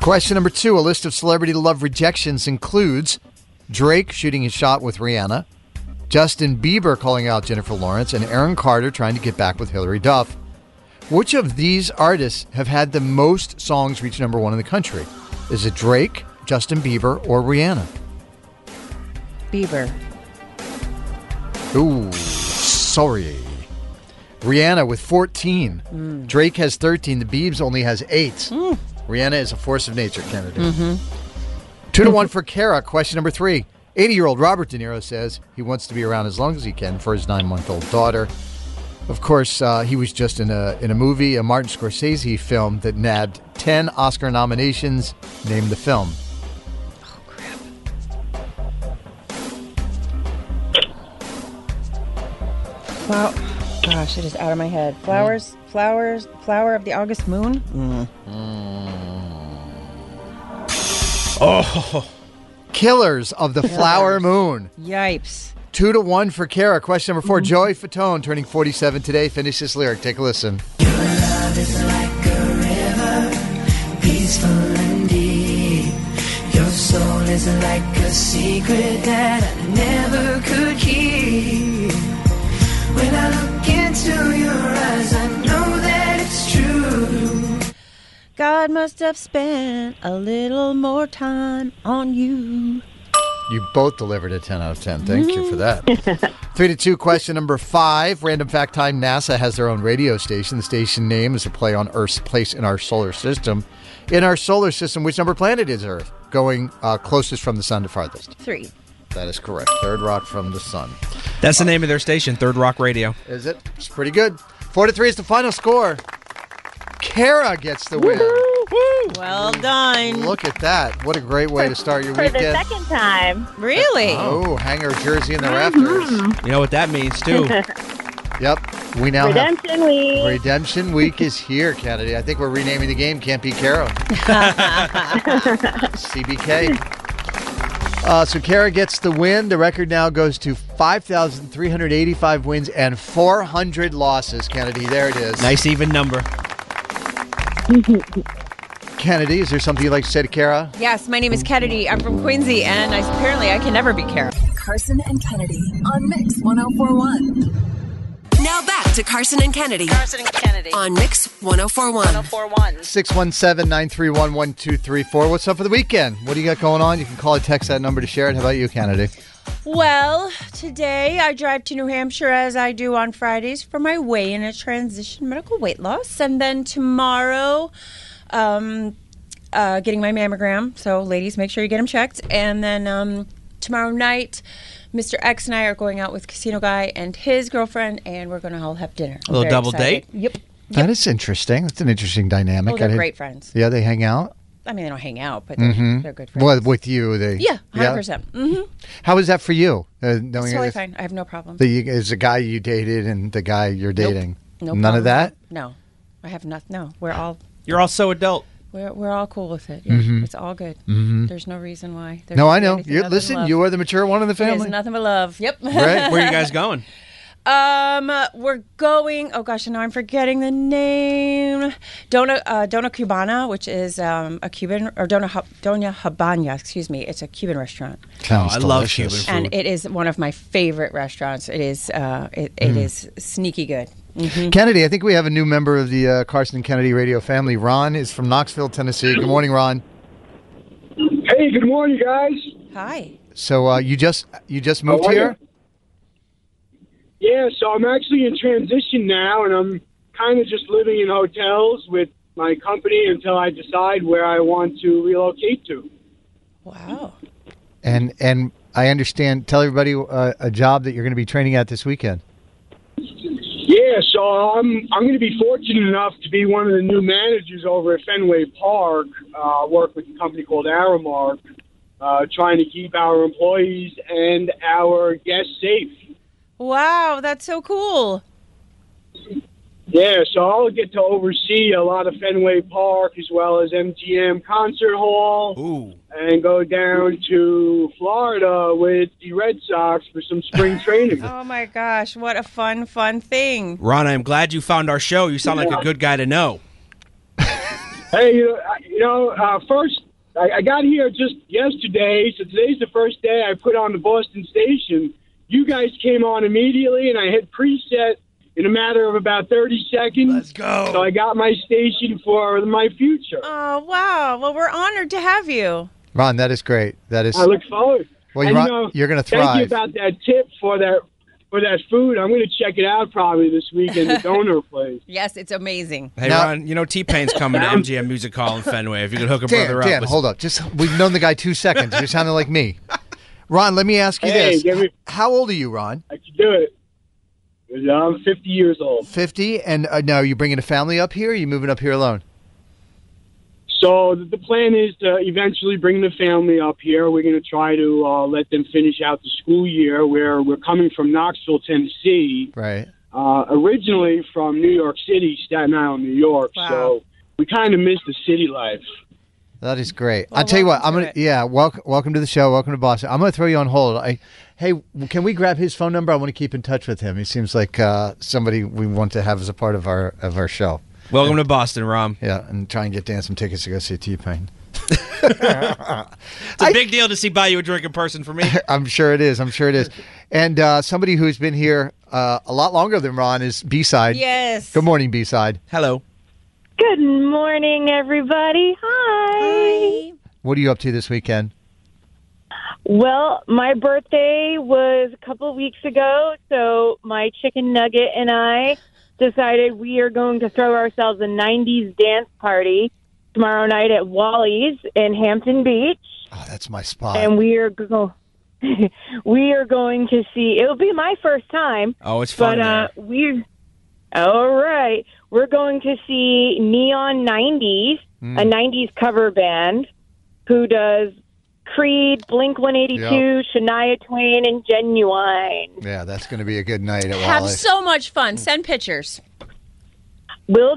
I: Question number two A list of celebrity love rejections includes Drake shooting his shot with Rihanna, Justin Bieber calling out Jennifer Lawrence, and Aaron Carter trying to get back with Hilary Duff. Which of these artists have had the most songs reach number one in the country? Is it Drake, Justin Bieber, or Rihanna?
J: Bieber.
I: Ooh, sorry. Rihanna with 14.
J: Mm.
I: Drake has 13. The Biebs only has eight. Rihanna is a force of nature, Kennedy.
U: Mm-hmm.
I: Two to one for Kara. Question number three. 80 year old Robert De Niro says he wants to be around as long as he can for his nine month old daughter. Of course, uh, he was just in a, in a movie, a Martin Scorsese film that nabbed 10 Oscar nominations. Name the film.
J: Flower. Gosh, it is out of my head. Flowers, flowers, flower of the August moon.
I: Oh. Killers of the Flower Moon.
J: Yipes.
I: Two to one for Kara. Question number 4 Joey Fatone, turning 47 today, finished this lyric. Take a listen.
U: Love is like a river, peaceful and deep. Your soul is like a secret that I never could keep. When I look into your eyes, I know that it's true.
J: God must have spent a little more time on you.
I: You both delivered a 10 out of 10. Thank you for that. Three to two. Question number five. Random fact time NASA has their own radio station. The station name is a play on Earth's place in our solar system. In our solar system, which number planet is Earth? Going uh, closest from the sun to farthest.
J: Three.
I: That is correct. Third rock from the sun.
K: That's the name of their station, Third Rock Radio.
I: Is it? It's pretty good. Four to three is the final score. Kara gets the win.
J: Well done.
I: Look at that. What a great way to start your
T: For
I: weekend.
T: the second Mm-hmm. time.
J: Really?
I: Oh, hang her jersey in the rafters.
K: You know what that means, too.
I: yep. We now
T: Redemption week.
I: have Redemption Week is here, Kennedy. I think we're renaming the game Can't Be Kara. CBK. Uh, so Kara gets the win. The record now goes to 5,385 wins and 400 losses, Kennedy. There it is.
K: Nice even number.
I: Kennedy, is there something you'd like to say to Kara?
J: Yes, my name is Kennedy. I'm from Quincy, and I, apparently I can never be Kara.
L: Carson and Kennedy on Mix 1041.
C: Now back to Carson and Kennedy. Carson and Kennedy. On Mix 1041. 1041.
I: 617-931-1234. What's up for the weekend? What do you got going on? You can call or text that number to share it. How about you, Kennedy?
J: Well, today I drive to New Hampshire as I do on Fridays for my weigh in at transition medical weight loss. And then tomorrow, um, uh, getting my mammogram. So, ladies, make sure you get them checked. And then um, tomorrow night, Mr. X and I are going out with Casino Guy and his girlfriend, and we're going to all have dinner.
I: A little
J: very
I: double
J: excited.
I: date?
J: Yep.
I: That is interesting. That's an interesting dynamic.
J: Oh, they're
I: I didn't-
J: great friends.
I: Yeah, they hang out.
J: I mean, they don't hang out, but they're,
I: Mhm.
J: they're good friends.
I: Well, with you, they.
J: yeah, 100%. hmm
I: How was that for you? Uh, knowing
J: It's totally
I: if-
J: fine. I have no problem.
I: That you, is the guy you dated and the guy you're dating.
J: No
I: None
J: problem.
I: of that.
J: No, I have nothing. No, we're all
K: You're all so adult.
J: we're, we're all cool with it. Yeah.
I: Mhm.
J: It's all good.
I: Mhm.
J: There's no reason why. There's
I: no, I know.
J: anything
I: You
J: other than
I: listen.
J: love.
I: You are the mature one in the
J: It is
I: family.
J: nothing but love. Yep.
I: Right.
K: Where are you guys going?
J: Um, uh, we're going. Oh gosh, now I'm forgetting the name. Dona uh, Dona Cubana, which is um, a Cuban or Dona Ha- Dona Habana. Excuse me, it's a Cuban restaurant.
I: Sounds
K: Oh, I love
I: delicious.
K: Cuban
J: and it is one of my favorite restaurants. It is uh, it, it
I: Mm.
J: is sneaky good. Mhm.
I: Kennedy, I think we have a new member of the uh, Carson Kennedy radio family. Ron is from Knoxville, Tennessee. Good morning, Ron.
G: Hey, good morning, guys.
J: Hi.
I: So uh, you just you just
G: How
I: moved
G: are
I: here.
G: Yeah, so I'm actually in transition now, and I'm kind of just living in hotels with my company until I decide where I want to relocate to.
I: And and I understand. Tell everybody uh, a job that you're going to be training at this weekend.
G: Yeah, so I'm I'm going to be fortunate enough to be one of the new managers over at Fenway Park. Uh, work with a company called Aramark, uh, trying to keep our employees and our guests safe.
J: Wow, that's so cool.
G: Yeah, so I'll get to oversee a lot of Fenway Park as well as MGM Concert Hall, and go down to Florida with the Red Sox for some spring training.
J: Oh my gosh, what a fun, fun thing.
K: Ron, I'm glad you found our show. You sound like a good guy to know.
G: Hey, you know, I- you know uh, first, I, I got here just yesterday, so today's the first day I put on the Boston station. You guys came on immediately, and I hit preset in a matter of about 30 seconds. Let's go. So I got my station for my future.
J: Oh, wow. Well, we're honored to have you.
I: Ron, that is great. That is.
G: I look forward.
I: Well,
G: And,
I: Ron,
G: you know,
I: you're going to
G: Thank you
I: thrive.
G: about that tip for that for that food. I'm going to check it out probably this weekend. The donor place.
J: Yes, it's amazing.
K: Hey, Ron, you know T Pain's coming to MGM Music Hall in Fenway. If you could hook a
I: Dan,
K: brother up.
I: Dan, hold up. Just we've known the guy two seconds. You're sounding like me. Ron, let me ask you
G: Hey,
I: this:
G: give me-
I: How old are you, Ron?
G: I can do it. I'm 50 years old.
I: Fifty, and uh, now are you bringing a family up here? Or are you moving up here alone?
G: So th- the plan is to eventually bring the family up here. We're going to try to uh, let them finish out the school year. Where we're coming from Knoxville, Tennessee,
I: Right.
G: uh, originally from New York City, Staten Island, New York. So we kind of miss the city life.
I: That is great. I'll tell you what. I'm gonna. Yeah. Welcome. Welcome to the show. Welcome to Boston. I'm gonna throw you on hold. I. Hey, w- can we grab his phone number? I want to keep in touch with him. He seems like uh, somebody we want to have as a part of our of our show.
K: Welcome to Boston, Rom.
I: Yeah, and try and get Dan some tickets to go see T Pain.
K: It's a big deal to see buy you a drink in person for me.
I: I'm sure it is. I'm sure it is. And uh, somebody who's been here uh, a lot longer than Ron is B side.
J: Yes.
I: Good morning, B side.
K: Hello.
T: Good morning, everybody. Hi.
I: What are you up to this weekend?
T: Well, my birthday was a couple of weeks ago, so my chicken nugget and I decided we are going to throw ourselves a 90s dance party tomorrow night at Wally's in Hampton Beach.
I: Oh, that's my spot.
T: And we are go- we are going to see. It'll be my first time.
K: Oh, it's fun
T: But uh, we all right. We're going to see Neon '90s,
K: Hmm.
T: a
E: Mm.
T: '90s cover band who does Creed, Blink 182,
I: Yep.
T: Shania Twain, and Genuine.
I: Yeah, that's going to be a good night at
J: Have
I: Wally.
J: so much fun. Send pictures.
T: Will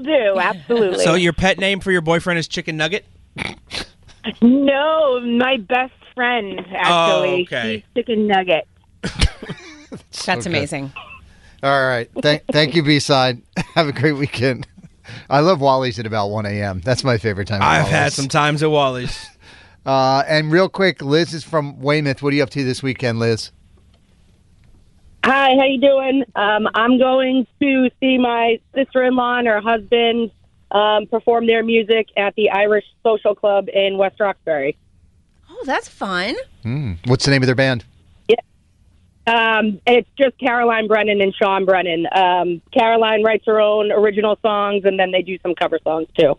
T: do. Absolutely.
K: So your pet name for your boyfriend is Chicken Nugget?
T: no, my best friend actually.
K: Oh, okay.
T: He's Chicken Nugget.
J: That's amazing.
I: All right. Thank, thank you, B side. Have a great weekend. I love Wally's at about 1 a.m. That's my favorite time. at
K: I've had
I: Wally's.
K: some times at Wally's.
I: Uh, and real quick, Liz is from Weymouth. What are you up to this weekend, Liz?
E: Hi, how you doing? Um, I'm going to see my sister-in-law and her husband um, perform their music at the Irish Social Club in West Roxbury.
J: Oh, that's fun.
I: Hmm. What's the name of their band?
E: Um, it's just Caroline Brennan and Sean Brennan. Um, Caroline writes her own original songs, and then they do some cover songs too.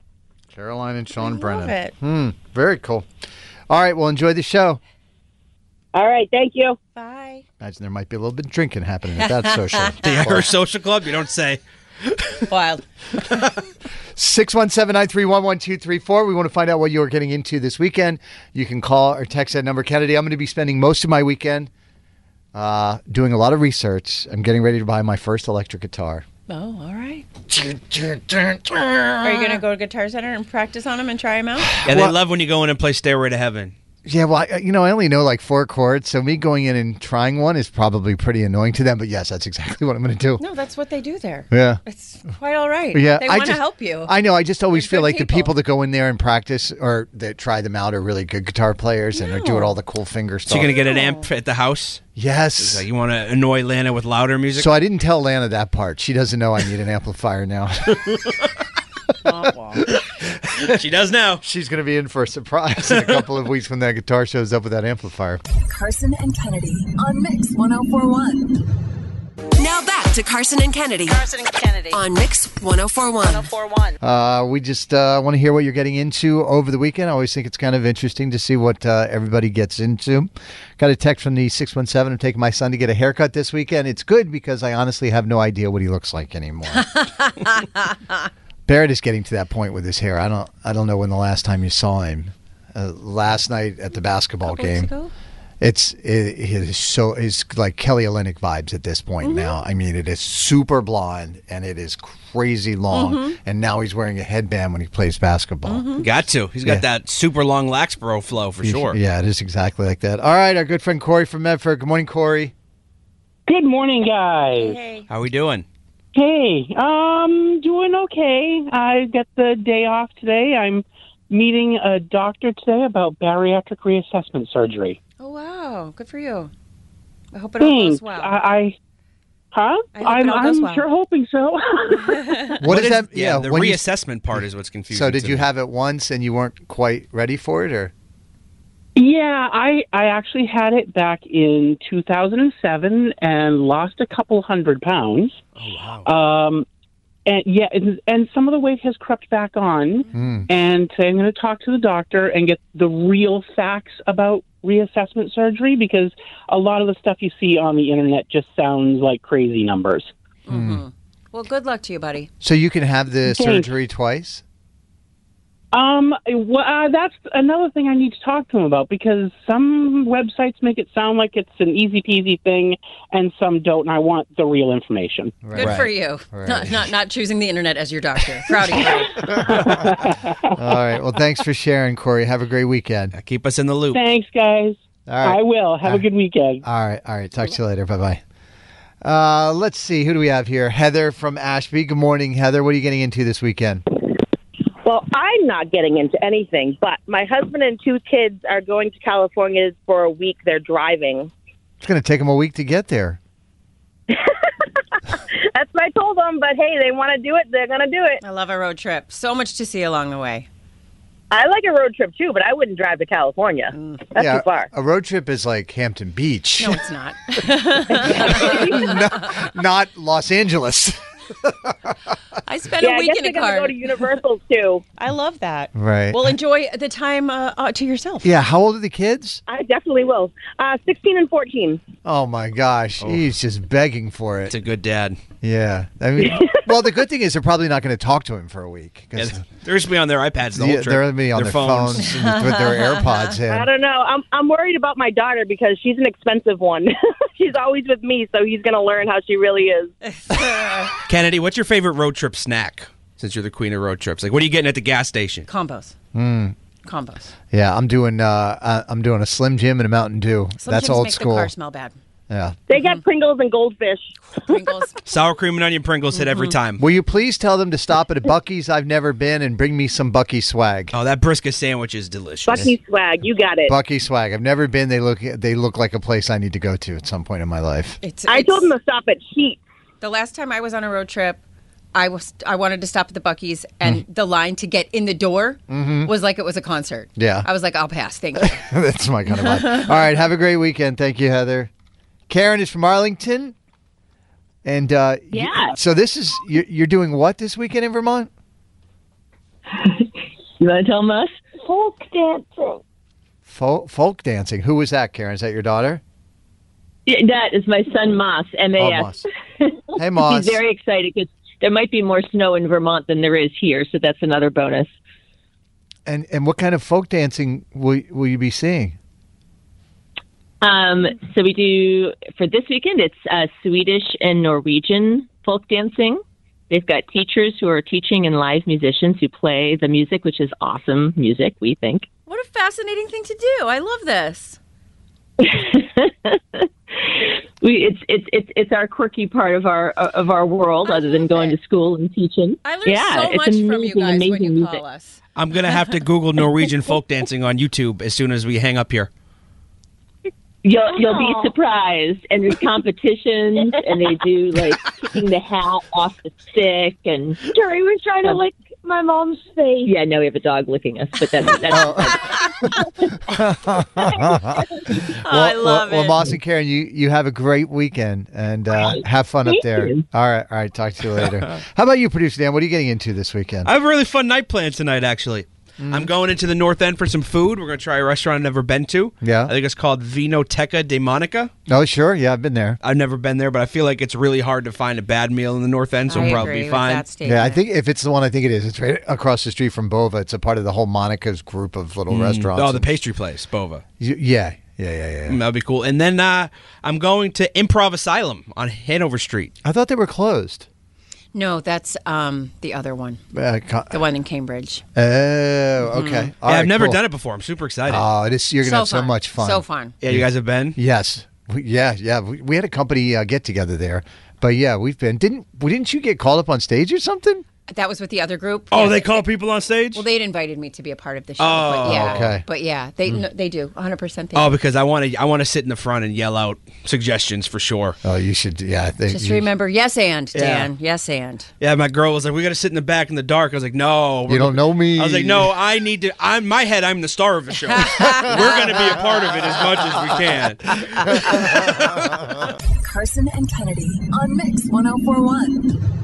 I: Caroline and Sean Brennan.
E: it.
I: Hmm. Very cool. All right. Well, enjoy the show.
E: All right, thank you.
J: Bye.
I: Imagine there might be a little bit of drinking happening at that social.
K: The Irish Social Club? You don't say.
J: Wild.
I: 617 931 1234. We want to find out what you're getting into this weekend. You can call or text that number. Kennedy, I'm going to be spending most of my weekend uh, doing a lot of research. I'm getting ready to buy my first electric guitar.
J: Oh, all right. Are you going to go to Guitar Center and practice on them and try them out?
K: Yeah, they love when you go in and play Stairway to Heaven.
I: Yeah, well, I, uh, you know, I only know like four chords, so me going in and trying one is probably pretty annoying to them. But yes, that's exactly what I'm going to do.
J: No, that's what they do there.
I: Yeah.
J: It's quite all right.
I: Yeah,
J: They
I: I
J: want to
I: just-
J: help you.
I: I know. I just always feel like the
J: people.
I: people that go in there and practice or that try them out are really good guitar players and are doing all the cool finger stuff.
K: So you're going to get an amp
I: Oh.
K: at the house?
I: Yes.
K: It's like you want to annoy Lana with louder music?
I: So I didn't tell Lana that part. She doesn't know I need an amplifier now.
K: she does now.
I: She's going to be in for a surprise in a couple of weeks when that guitar shows up with that amplifier.
L: oh Carson and Kennedy on Mix 1041.
C: Now back to Carson and Kennedy. Carson and Kennedy. On Mix 1041. 1041.
I: Uh, we just uh, want to hear what you're getting into over the weekend. I always think it's kind of interesting to see what uh, everybody gets into. Got a text from the 617. I'm taking my son to get a haircut this weekend. It's good because I honestly have no idea what he looks like anymore. Barrett is getting to that point with his hair. I don't. I don't know when the last time you saw him. Uh, last night at the basketball
J: Couple weeks
I: game.
J: ago?
I: It's it, it is so it's like Kelly Olynyk vibes at this point now. I mean, it is super blonde and it is crazy long.
K: Mhm.
I: And now he's wearing a headband when he plays basketball.
K: Mm-hmm. Got to. He's got
I: Yeah.
K: that super long Laxbro flow for sure.
I: Yeah, it is exactly like that. All right, our good friend Corey from Medford. Good morning, Corey.
F: Good morning, guys.
K: How we doing?
F: Hey, um, doing okay. I got the day off today. I'm meeting a doctor today about bariatric reassessment surgery.
J: Oh wow, good for you. I hope it all goes
F: Thanks.
J: well.
F: I, I huh?
J: I hope it
F: am
J: all goes
F: I'm
J: well.
F: sure hoping so.
I: What does
K: is-
I: that?
K: yeah,
I: Yeah,
K: the
I: when you-
K: reassessment part is what's confusing.
I: So did
K: to
I: you
K: me.
I: have it once and you weren't quite ready for it, or
F: yeah, I I actually had it back in 2007 and lost a couple hundred pounds. Oh wow. Um, and yeah, and, and some of the weight has crept back on.
I: Hmm.
F: and today I'm going to talk to the doctor and get the real facts about reassessment surgery because a lot of the stuff you see on the internet just sounds like crazy numbers.
J: Mm-hmm. well, good luck to you, buddy.
I: so you can have Hmm. the
F: Thanks.
I: surgery twice?
F: Um, well, uh, that's another thing I need to talk to him about because some websites make it sound like it's an easy peasy thing, and some don't. And I want the real information.
J: Good for you. Not, not not choosing the internet as your doctor. Proud of you. buddy.
I: All right. Well, thanks for sharing, Corey. Have a great weekend.
K: Keep us in the loop.
F: Thanks, guys.
I: All right.
F: I will. Have a good weekend.
I: All right. All right. Talk to you later. Bye bye. Uh, let's see. Who do we have here? Heather from Ashby. Good morning, Heather. What are you getting into this weekend?
V: Well, I'm not getting into anything, but my husband and two kids are going to California for a week. They're driving.
I: It's going to take them a week to get there.
V: That's what I told them, but hey, they want to do it. They're going to do it.
J: I love a road trip. So much to see along the way.
V: I like a road trip too, but I wouldn't drive to California. That's
I: Mm, yeah,
V: too far.
I: A road trip is like Hampton Beach,
J: No, it's not.
I: not Los Angeles.
J: I spent
V: Yeah,
J: a
V: I
J: week
V: guess
J: in a
V: they're gonna
J: car.
V: go to Universal too.
J: I love that.
I: Right.
J: Well, enjoy the time uh, uh, to yourself.
I: Yeah. How old are the kids?
V: I definitely will. Uh, 16 and 14.
I: Oh my gosh, he's just begging for it. It's
K: a good dad.
I: Yeah. I mean, well, the good thing is they're probably not going to talk to him for a week. 'cause-
K: Yeah, they're just be on their iPads the
I: Yeah,
K: whole trip.
I: they're gonna be on their phones and with their AirPods in.
V: I don't know. I'm I'm worried about my daughter because she's an expensive one. she's always with me, so he's going to learn how she really is.
K: Kennedy, what's your favorite road trip snack? Since you're the queen of road trips, like what are you getting at the gas station?
J: Combos.
I: Mm.
J: Combos.
I: Yeah, I'm doing. Uh, I- I'm doing a Slim Jim and a Mountain Dew.
J: Slim
I: That's
J: Jims
I: old
J: make
I: school.
J: the car smell bad.
I: yeah.
V: They got Pringles and goldfish.
K: Sour cream and onion Pringles hit
J: Mm-hmm.
K: every time.
I: Will you please tell them to stop at a Bucky's I've never been and bring me some Bucky swag?
K: Oh, that brisket sandwich is delicious.
V: Bucky swag, you got it.
I: Bucky swag. I've never been. They look. They look like a place I need to go to at some point in my life.
J: It's,
V: I told him to stop at Heat.
J: The last time I was on a road trip, I was I wanted to stop at the Bucky's,
I: Mm.
J: and the line to get in the door
I: Mhm.
J: was like it was a concert.
I: Yeah.
J: I was like, I'll pass. Thank you.
I: That's my kind of vibe. All right. Have a great weekend. Thank you, Heather. Karen is from Arlington, and uh, y-
W: Yeah.
I: so this is you're, you're doing what this weekend in Vermont?
W: You want to tell us? Folk dancing.
I: Folk, folk dancing. Who was that, Karen? Is that your daughter?
W: Yeah, that is my son Moss. M A S.
I: Hey, Oh, Moss.
W: He's very excited because there might be more snow in Vermont than there is here, so that's another bonus.
I: And and what kind of folk dancing will will you be seeing?
W: Um, so we do for this weekend. It's uh, Swedish and Norwegian folk dancing. They've got teachers who are teaching and live musicians who play the music, which is awesome music. We think.
J: What a fascinating thing to do. I love this.
W: We, it's it's it's it's our quirky part of our of our world, other than going to school and teaching.
J: I learned
W: yeah,
J: so
W: it's
J: much from you
W: amazing,
J: guys when you
W: amazing
J: call
W: music.
J: us.
K: I'm gonna have to Google Norwegian folk dancing on YouTube as soon as we hang up here.
W: You'll you'll be
V: Wow.
W: surprised, and there's competitions, and they do like kicking the hat off the stick, and Um,
V: Jerry was trying
W: to
V: lick my mom's face. Oh.
W: yeah, no, we have a dog licking us, but that's that's
I: I well,
W: love it.
I: Well, Moss and Karen, you, you have a great weekend and uh, have fun up
K: Thank
I: there.
K: you.
I: All right, all right. Talk to you later. How about you, producer Dan? What are you getting into this weekend?
K: I have a really fun night plan tonight, actually.
I: Mm.
K: I'm going into the North End for some food. We're going to try a restaurant I've never been to.
I: Yeah.
K: I think it's called Vinoteca de Monica.
I: Oh, sure. Yeah, I've been there.
K: I've never been there, but I feel like it's really hard to find a bad meal in the North End, so
I: I
K: we'll probably
I: agree
K: be
I: with
K: fine.
I: that Yeah, I think if it's the one I think it is, it's right across the street from Bova. It's a part of the whole Monica's group of little
K: Mm.
I: restaurants.
K: Oh, the pastry place, Bova.
I: Y- yeah, yeah, yeah, yeah.
K: Mm, That'd be cool. And then uh, I'm going to Improv Asylum on Hanover Street.
I: I thought they were closed.
J: No, that's um, the other one.
I: Uh, co-
J: The one in Cambridge. Mm-hmm.
I: Oh, okay.
K: Mm. Yeah, I've never done it before. I'm super excited.
I: Oh, this you're gonna
J: So
I: have so
J: fun.
I: much fun.
J: So fun.
K: Yeah, you guys have been.
I: Yes. We- Yeah, yeah. We, we had a company uh, get together there, but yeah, we've been. Didn't well, didn't you get called up on stage or something?
J: That was with the other group.
I: Oh,
J: Yes.
I: they call people on stage?
J: Well, they'd invited me to be a part of the show.
K: Oh,
J: but yeah,
K: okay.
J: But yeah, they
I: Hmm.
K: Mm.
J: no, they do 100. percent
K: Oh, because I want to. I want to sit in the front and yell out suggestions for sure.
I: Oh, you should. Yeah, I think.
J: Just remember, yes and
K: Yeah.
J: Dan, yes and.
K: Yeah, my girl was like, "We got to sit in the back in the dark." I was like, "No, we're
I: You don't know
K: gonna-
I: me.
K: I was like, "No, I need to. I'm my head. I'm the star of the show. we're going to be a part of it as much as we can."
L: Carson and Kennedy on Mix 1041.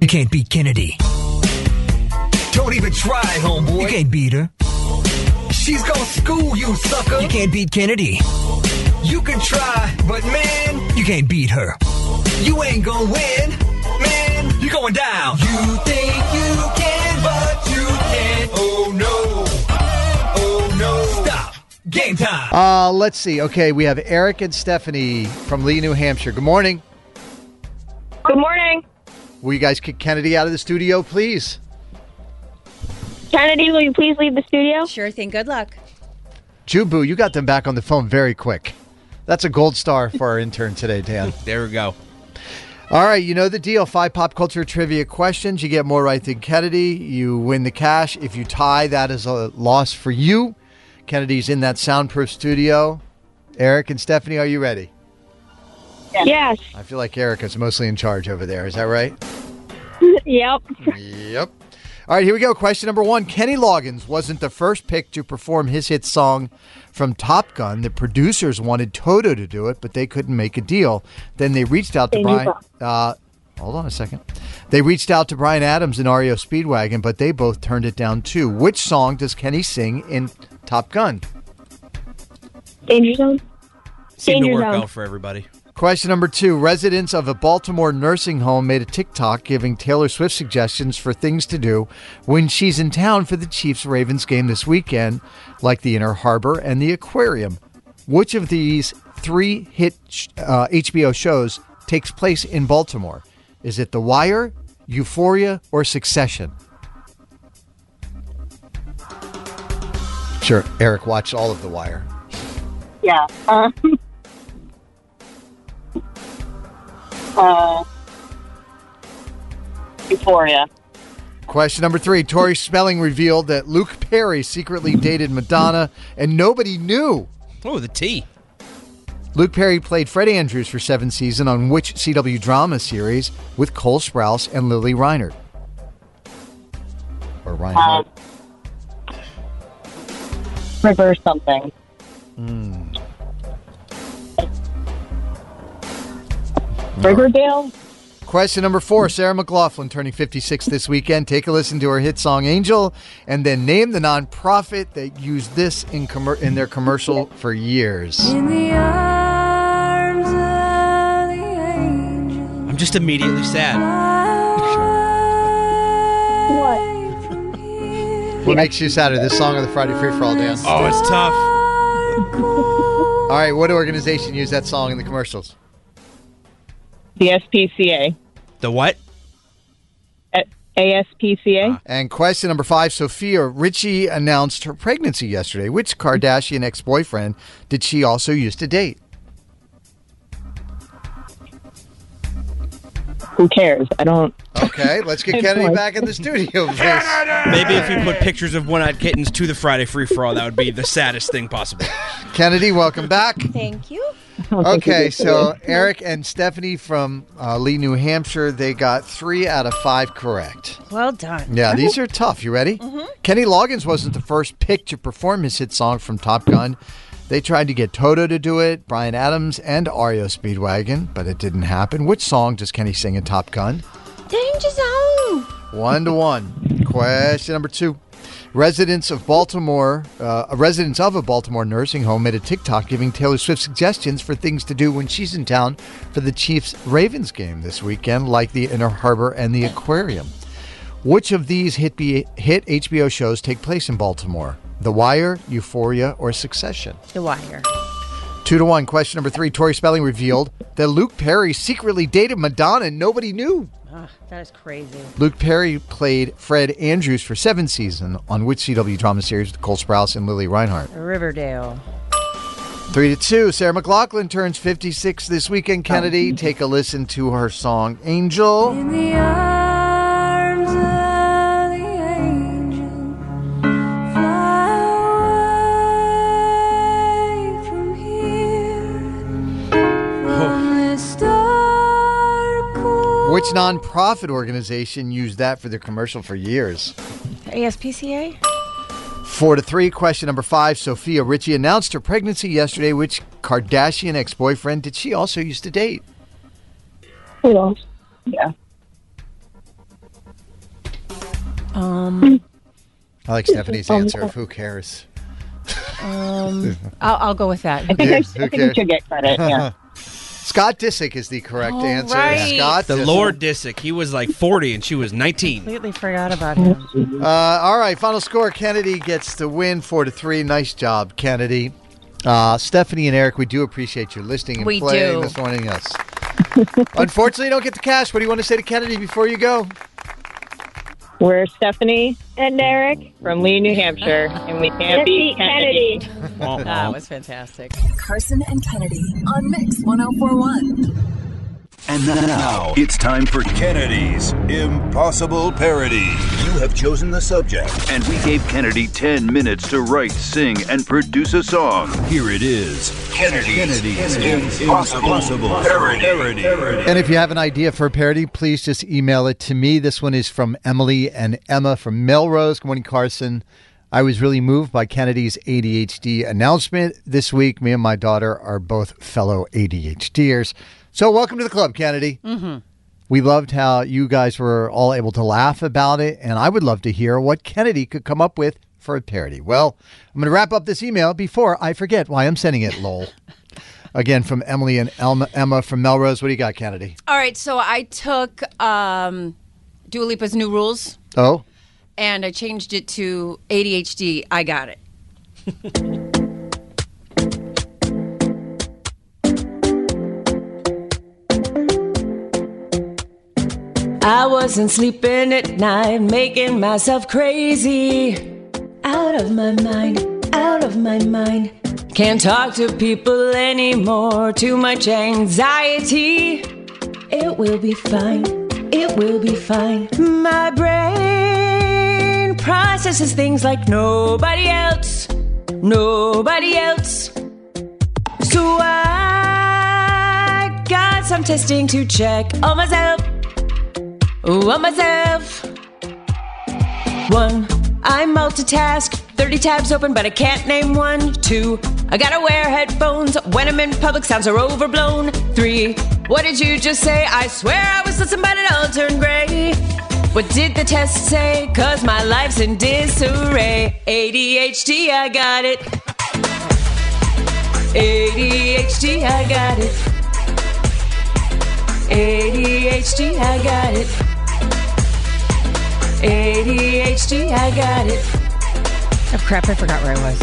R: You can't beat Kennedy. Don't even try, homeboy. You can't beat her. She's gonna school you, sucker. You can't beat Kennedy. You can try, but man, you can't beat her. You ain't gonna win, man. You're going down. You think you can, but you can't. Oh no. Oh no. Stop. Game time.
I: Uh, let's see. Okay, we have Eric and Stephanie from Lee, New Hampshire. Good morning.
X: Good morning.
I: Will you guys kick Kennedy out of the studio, please?
X: Kennedy, will you please leave the studio?
W: Sure thing. Good luck.
I: Jubu, you got them back on the phone very quick. That's a gold star for our intern today, Dan.
K: There we go.
I: All right, you know the deal. Five pop culture trivia questions. You get more right than Kennedy. You win the cash. If you tie, that is a loss for you. Kennedy's in that soundproof studio. Eric and Stephanie, are you ready?
X: Yes.
I: I feel like Erica's mostly in charge over there. Is that right?
X: yep.
I: Yep. All right, here we go. Question number one Kenny Loggins wasn't the first pick to perform his hit song from Top Gun. The producers wanted Toto to do it, but they couldn't make a deal. Then they reached out to
T: They knew
I: Brian. Uh, hold on a second. They reached out to Brian Adams and REO Speedwagon, but they both turned it down too. Which song does Kenny sing in Top Gun?
X: Danger zone.
K: Seemed to
I: Danger
K: work
I: zone.
K: out for everybody.
I: Question number two Residents of a Baltimore nursing home made a TikTok giving Taylor Swift suggestions for things to do when she's in town for the Chiefs Ravens game this weekend, like the Inner Harbor and the Aquarium. Which of these three hit uh, HBO shows takes place in Baltimore? Is it The Wire, Euphoria, or Succession? Sure, Eric watched all of The Wire.
T: Yeah. Um, uh, Euphoria.
I: Question number three. Tori Spelling revealed that Luke Perry secretly dated Madonna and nobody knew.
K: Oh, the tea.
I: Luke Perry played Fred Andrews for seven seasons on which CW drama series with Cole Sprouse and Lily Reinert? Or
J: Uh,
I: Reinhardt.
T: Reverse something.
O: Hmm.
I: Mm.
T: Riverdale.
I: Question number four Sarah McLaughlin turning 56 this weekend. Take a listen to her hit song Angel and then name the nonprofit that used this in, commer in their commercial for years.
U: In the arms of the
K: I'm just immediately sad.
U: What?
I: What makes you sadder, this song or the Friday Free for All dance?
K: Oh, it's tough.
I: All right, what organization used that song in the commercials?
W: The SPCA.
K: The what? Uh-huh.
W: ASPCA.
I: And question number five Sophia Richie announced her pregnancy yesterday. Which Kardashian ex boyfriend did she also used to date?
W: Who cares? I don't.
I: Okay, let's get Kennedy back in the studio.
K: Maybe if you put pictures of one-eyed kittens to the Friday free for all, that would be the saddest thing possible.
I: Kennedy, welcome back.
J: Thank you.
I: Okay, so Eric and Stephanie from uh, Lee, New Hampshire, they got three out of five correct.
J: Well done.
I: Yeah, these are tough. You ready?
J: Mm-hmm.
I: Kenny Loggins wasn't the first pick to perform his hit song from Top Gun. They tried to get Toto to do it, Brian Adams, and Ario Speedwagon, but it didn't happen. Which song does Kenny sing in Top Gun?
J: Danger zone.
I: One to one. Question number two. Residents of Baltimore, uh, residents of a Baltimore nursing home made a TikTok giving Taylor Swift suggestions for things to do when she's in town for the Chiefs Ravens game this weekend, like the Inner Harbor and the Aquarium. Which of these hit, B- hit HBO shows take place in Baltimore? The Wire, Euphoria, or Succession?
J: The wire.
I: Two to one. Question number three. Tori Spelling revealed that Luke Perry secretly dated Madonna and nobody knew.
J: Ugh, that is crazy.
I: Luke Perry played Fred Andrews for seven seasons on which CW drama series with Cole Sprouse and Lily Reinhart.
J: Riverdale.
I: Three to two. Sarah McLaughlin turns 56 this weekend.
J: Oh.
I: Kennedy, take a listen to her song Angel.
U: In the arms of the angel, fly away from here.
J: Oh.
U: From this dark
I: Which nonprofit organization used that for their commercial for years?
J: ASPCA.
I: Four to three. Question number five. Sophia Richie announced her pregnancy yesterday. Which Kardashian ex boyfriend did she also used to date?
W: Yeah.
J: Um.
I: I like Stephanie's
J: Um,
I: answer of who cares.
J: Um. I'll, I'll go with that.
I: Scott Disick is the correct
J: All
I: answer.
J: right.
I: Scott
K: the
I: Disick.
K: Lord Disick. He was like 40 and she was 19.
J: Completely forgot about him.
I: Uh, all right, final score. Kennedy gets the win, four to three. Nice job, Kennedy. Uh, Stephanie and Eric, we do appreciate you listening and
J: We
I: playing
J: do.
I: this morning. Us. Unfortunately, you don't get the cash. What do you want to say to Kennedy before you go?
W: We're Stephanie and Eric from Lee, New Hampshire, and we can't
L: Let's beat
W: beat Kennedy.
S: that was fantastic.
L: Carson and Kennedy on Mix 1041.
Q: And now it's time for Kennedy's Impossible Parody. You have chosen the subject, and we gave Kennedy 10 minutes to write, sing, and produce a song. Here it is Kennedy's, Kennedy's Impossible, Parody.
I: And if you have an idea for a parody, please just email it to me. This one is from Emily and Emma from Melrose. Good morning, Carson. I was really moved by Kennedy's ADHD announcement this week. Me and my daughter are both fellow ADHDers. So, welcome to the club, Kennedy.
S: Mm-hmm.
I: We loved how you guys were all able to laugh about it, and I would love to hear what Kennedy could come up with for a parody. Well, I'm going to wrap up this email before I forget why I'm sending it, lol. Again, from Emily and Elma, Emma from Melrose. What do you got, Kennedy?
S: All right, so I took um, Dua Lipa's new rules
I: Oh,
S: and I changed it to ADHD. I got it.
B: I wasn't sleeping at night, making myself crazy. Out of my mind, out of my mind. Can't talk to people anymore, too much anxiety. It will be fine, it will be fine. My brain processes things like nobody else, nobody else. So I got some testing to check on myself on myself. One, I multitask. 30 tabs open, but I can't name one. Two, I gotta wear headphones when I'm in public. Sounds are overblown. Three. What did you just say? I swear I was listening, but it all turned gray. What did the test say? Cause my life's in disarray. ADHD, I got it. ADHD, I got it. ADHD, I got it. ADHD, I got it.
J: Oh crap! I forgot where I was.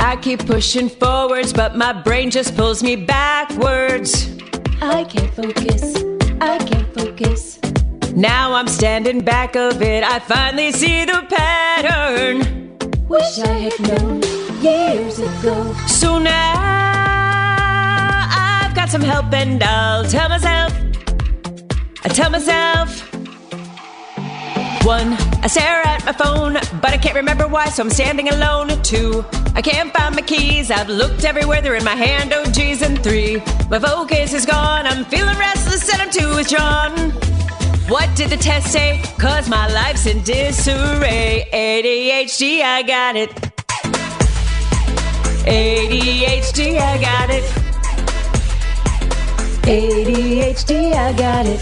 B: I keep pushing forwards, but my brain just pulls me backwards. I can't focus. I can't focus. Now I'm standing back of it. I finally see the pattern. Wish I had known years ago. So now I've got some help, and I'll tell myself. I tell myself. One, I stare at my phone, but I can't remember why, so I'm standing alone. Two, I can't find my keys. I've looked everywhere, they're in my hand, oh geez. And three, my focus is gone. I'm feeling restless and I'm too withdrawn. What did the test say? Cause my life's in disarray. ADHD, I got it. ADHD, I got it. ADHD, I got it.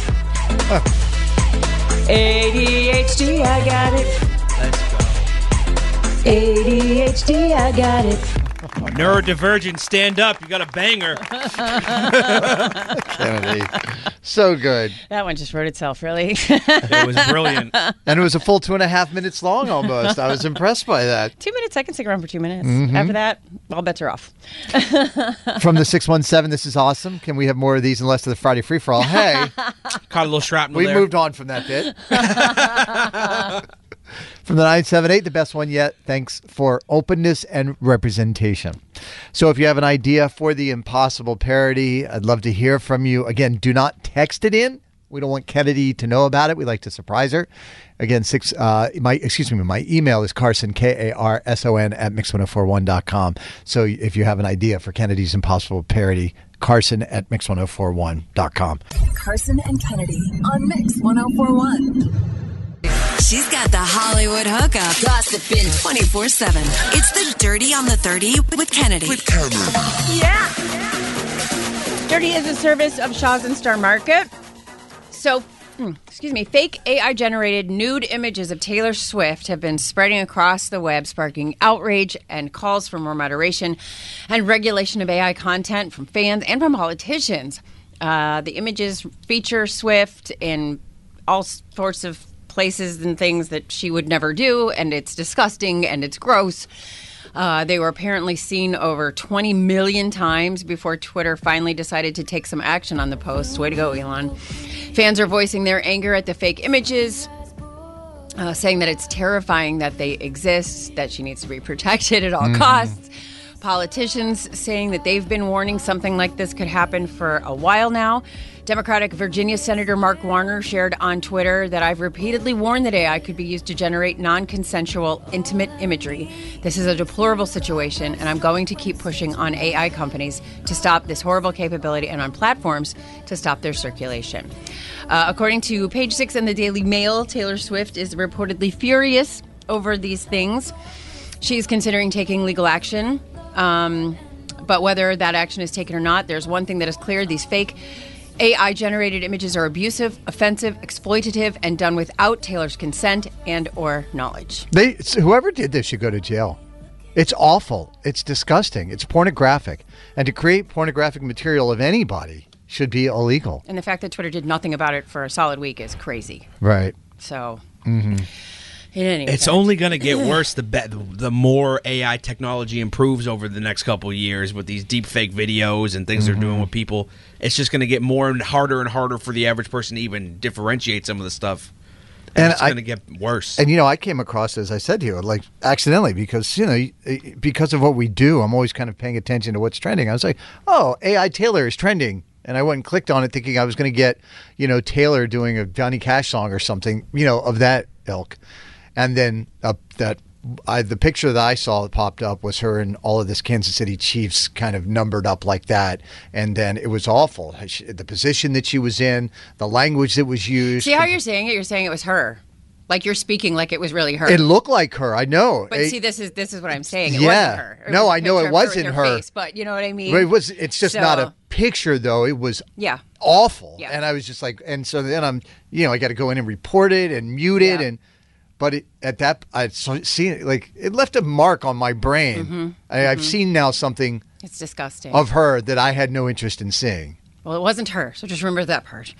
B: ADHD, I got it. Let's go. ADHD, I got it.
K: Neurodivergent, stand up. You got a banger.
I: Kennedy. So good.
J: That one just wrote itself, really.
I: It
K: was brilliant.
I: And it was a full two and a half minutes long almost. I was impressed by that.
J: two minutes. I can stick around for two minutes.
I: Mhm.
J: After that, all bets are off.
I: From the 617, this is awesome. Can we have more of these and less of the Friday free for all? Hey,
K: Caught a little shrapnel
I: we
K: there.
I: moved on from that bit. From the 978, the best one yet. Thanks for openness and representation. So, if you have an idea for the impossible parody, I'd love to hear from you. Again, do not text it in. We don't want Kennedy to know about it. We like to surprise her. Again, six. Uh, my excuse me. My email is Carson K A R S O N at mix1041.com. So if you have an idea for Kennedy's impossible parody, Carson at mix1041.com.
L: Carson and Kennedy on Mix 1041.
C: She's got the Hollywood hookup. Gossiping 24 7. It's the Dirty on the 30 with Kennedy. With Kennedy.
J: Yeah. Dirty is a service of Shaw's and Star Market. So, mm, excuse me, fake AI generated nude images of Taylor Swift have been spreading across the web, sparking outrage and calls for more moderation and regulation of AI content from fans and from politicians. Uh, the images feature Swift in all sorts of places and things that she would never do, and it's disgusting and it's gross. Uh, they were apparently seen over 20 million times before Twitter finally decided to take some action on the post. Way to go, Elon. Fans are voicing their anger at the fake images, uh, saying that it's terrifying that they exist, that she needs to be protected at all
L: Mm-hmm.
W: Mhm.
J: costs. Politicians saying that they've been warning something like this could happen for a while now. Democratic Virginia Senator Mark Warner shared on Twitter that I've repeatedly warned that AI could be used to generate non consensual, intimate imagery. This is a deplorable situation, and I'm going to keep pushing on AI companies to stop this horrible capability and on platforms to stop their circulation. Uh, according to page six in the Daily Mail, Taylor Swift is reportedly furious over these things. She's considering taking legal action. Um, but whether that action is taken or not, there's one thing that is clear these fake AI generated images are abusive, offensive, exploitative, and done without Taylor's consent and or knowledge.
I: They whoever did this should go to jail. It's awful. It's disgusting. It's pornographic, and to create pornographic material of anybody should be illegal.
J: And the fact that Twitter did nothing about it for a solid week is crazy.
I: Right.
J: So
I: Mm-hmm.
J: in any
K: It's
J: event.
K: only going to get worse the be- the more AI technology improves over the next couple of years with these deep fake videos and things they're
I: Mm-hmm.
K: doing with people. It's just going to get more and harder and harder for the average person to even differentiate some of the stuff. And,
I: And
K: it's
I: I-
K: going to get worse.
I: And you know, I came across as I said to you, like accidentally, because you know, y- because of what we do, I'm always kind of paying attention to what's trending. I was like, oh, AI Taylor is trending, and I went and clicked on it, thinking I was going to get, you know, Taylor doing a Johnny Cash song or something, you know, of that ilk, and then uh, that. I, the picture that I saw that popped up was her in all of this Kansas City Chiefs kind of numbered up like that, and then it was awful. She- The position that she was in, the language that was used.
J: See how you're saying it? You're saying it was her. Like you're speaking like it was really her.
I: It looked like her. I know.
J: But
I: It-
J: see, this is this is what I'm saying. It
I: yeah.
J: wasn't her. It
I: no,
J: was a
I: I know
J: picture
I: it
J: of
I: wasn't
J: with
I: her.
J: face, but you know what I mean.
I: But it was. It's just not
J: So,
I: a picture, though. It was
J: Yeah.
I: awful.
J: Yeah.
I: And I was just like, and so then I'm, you know, I got to go in and report it and mute it, and but it, at that, I saw see it like it left a mark on my brain.
J: Mhm.
I: I, I've
J: Mhm.
I: seen now something
J: It's disgusting.
I: of her that I had no interest in seeing. Hmm.
J: Well, it wasn't her, so just remember that part.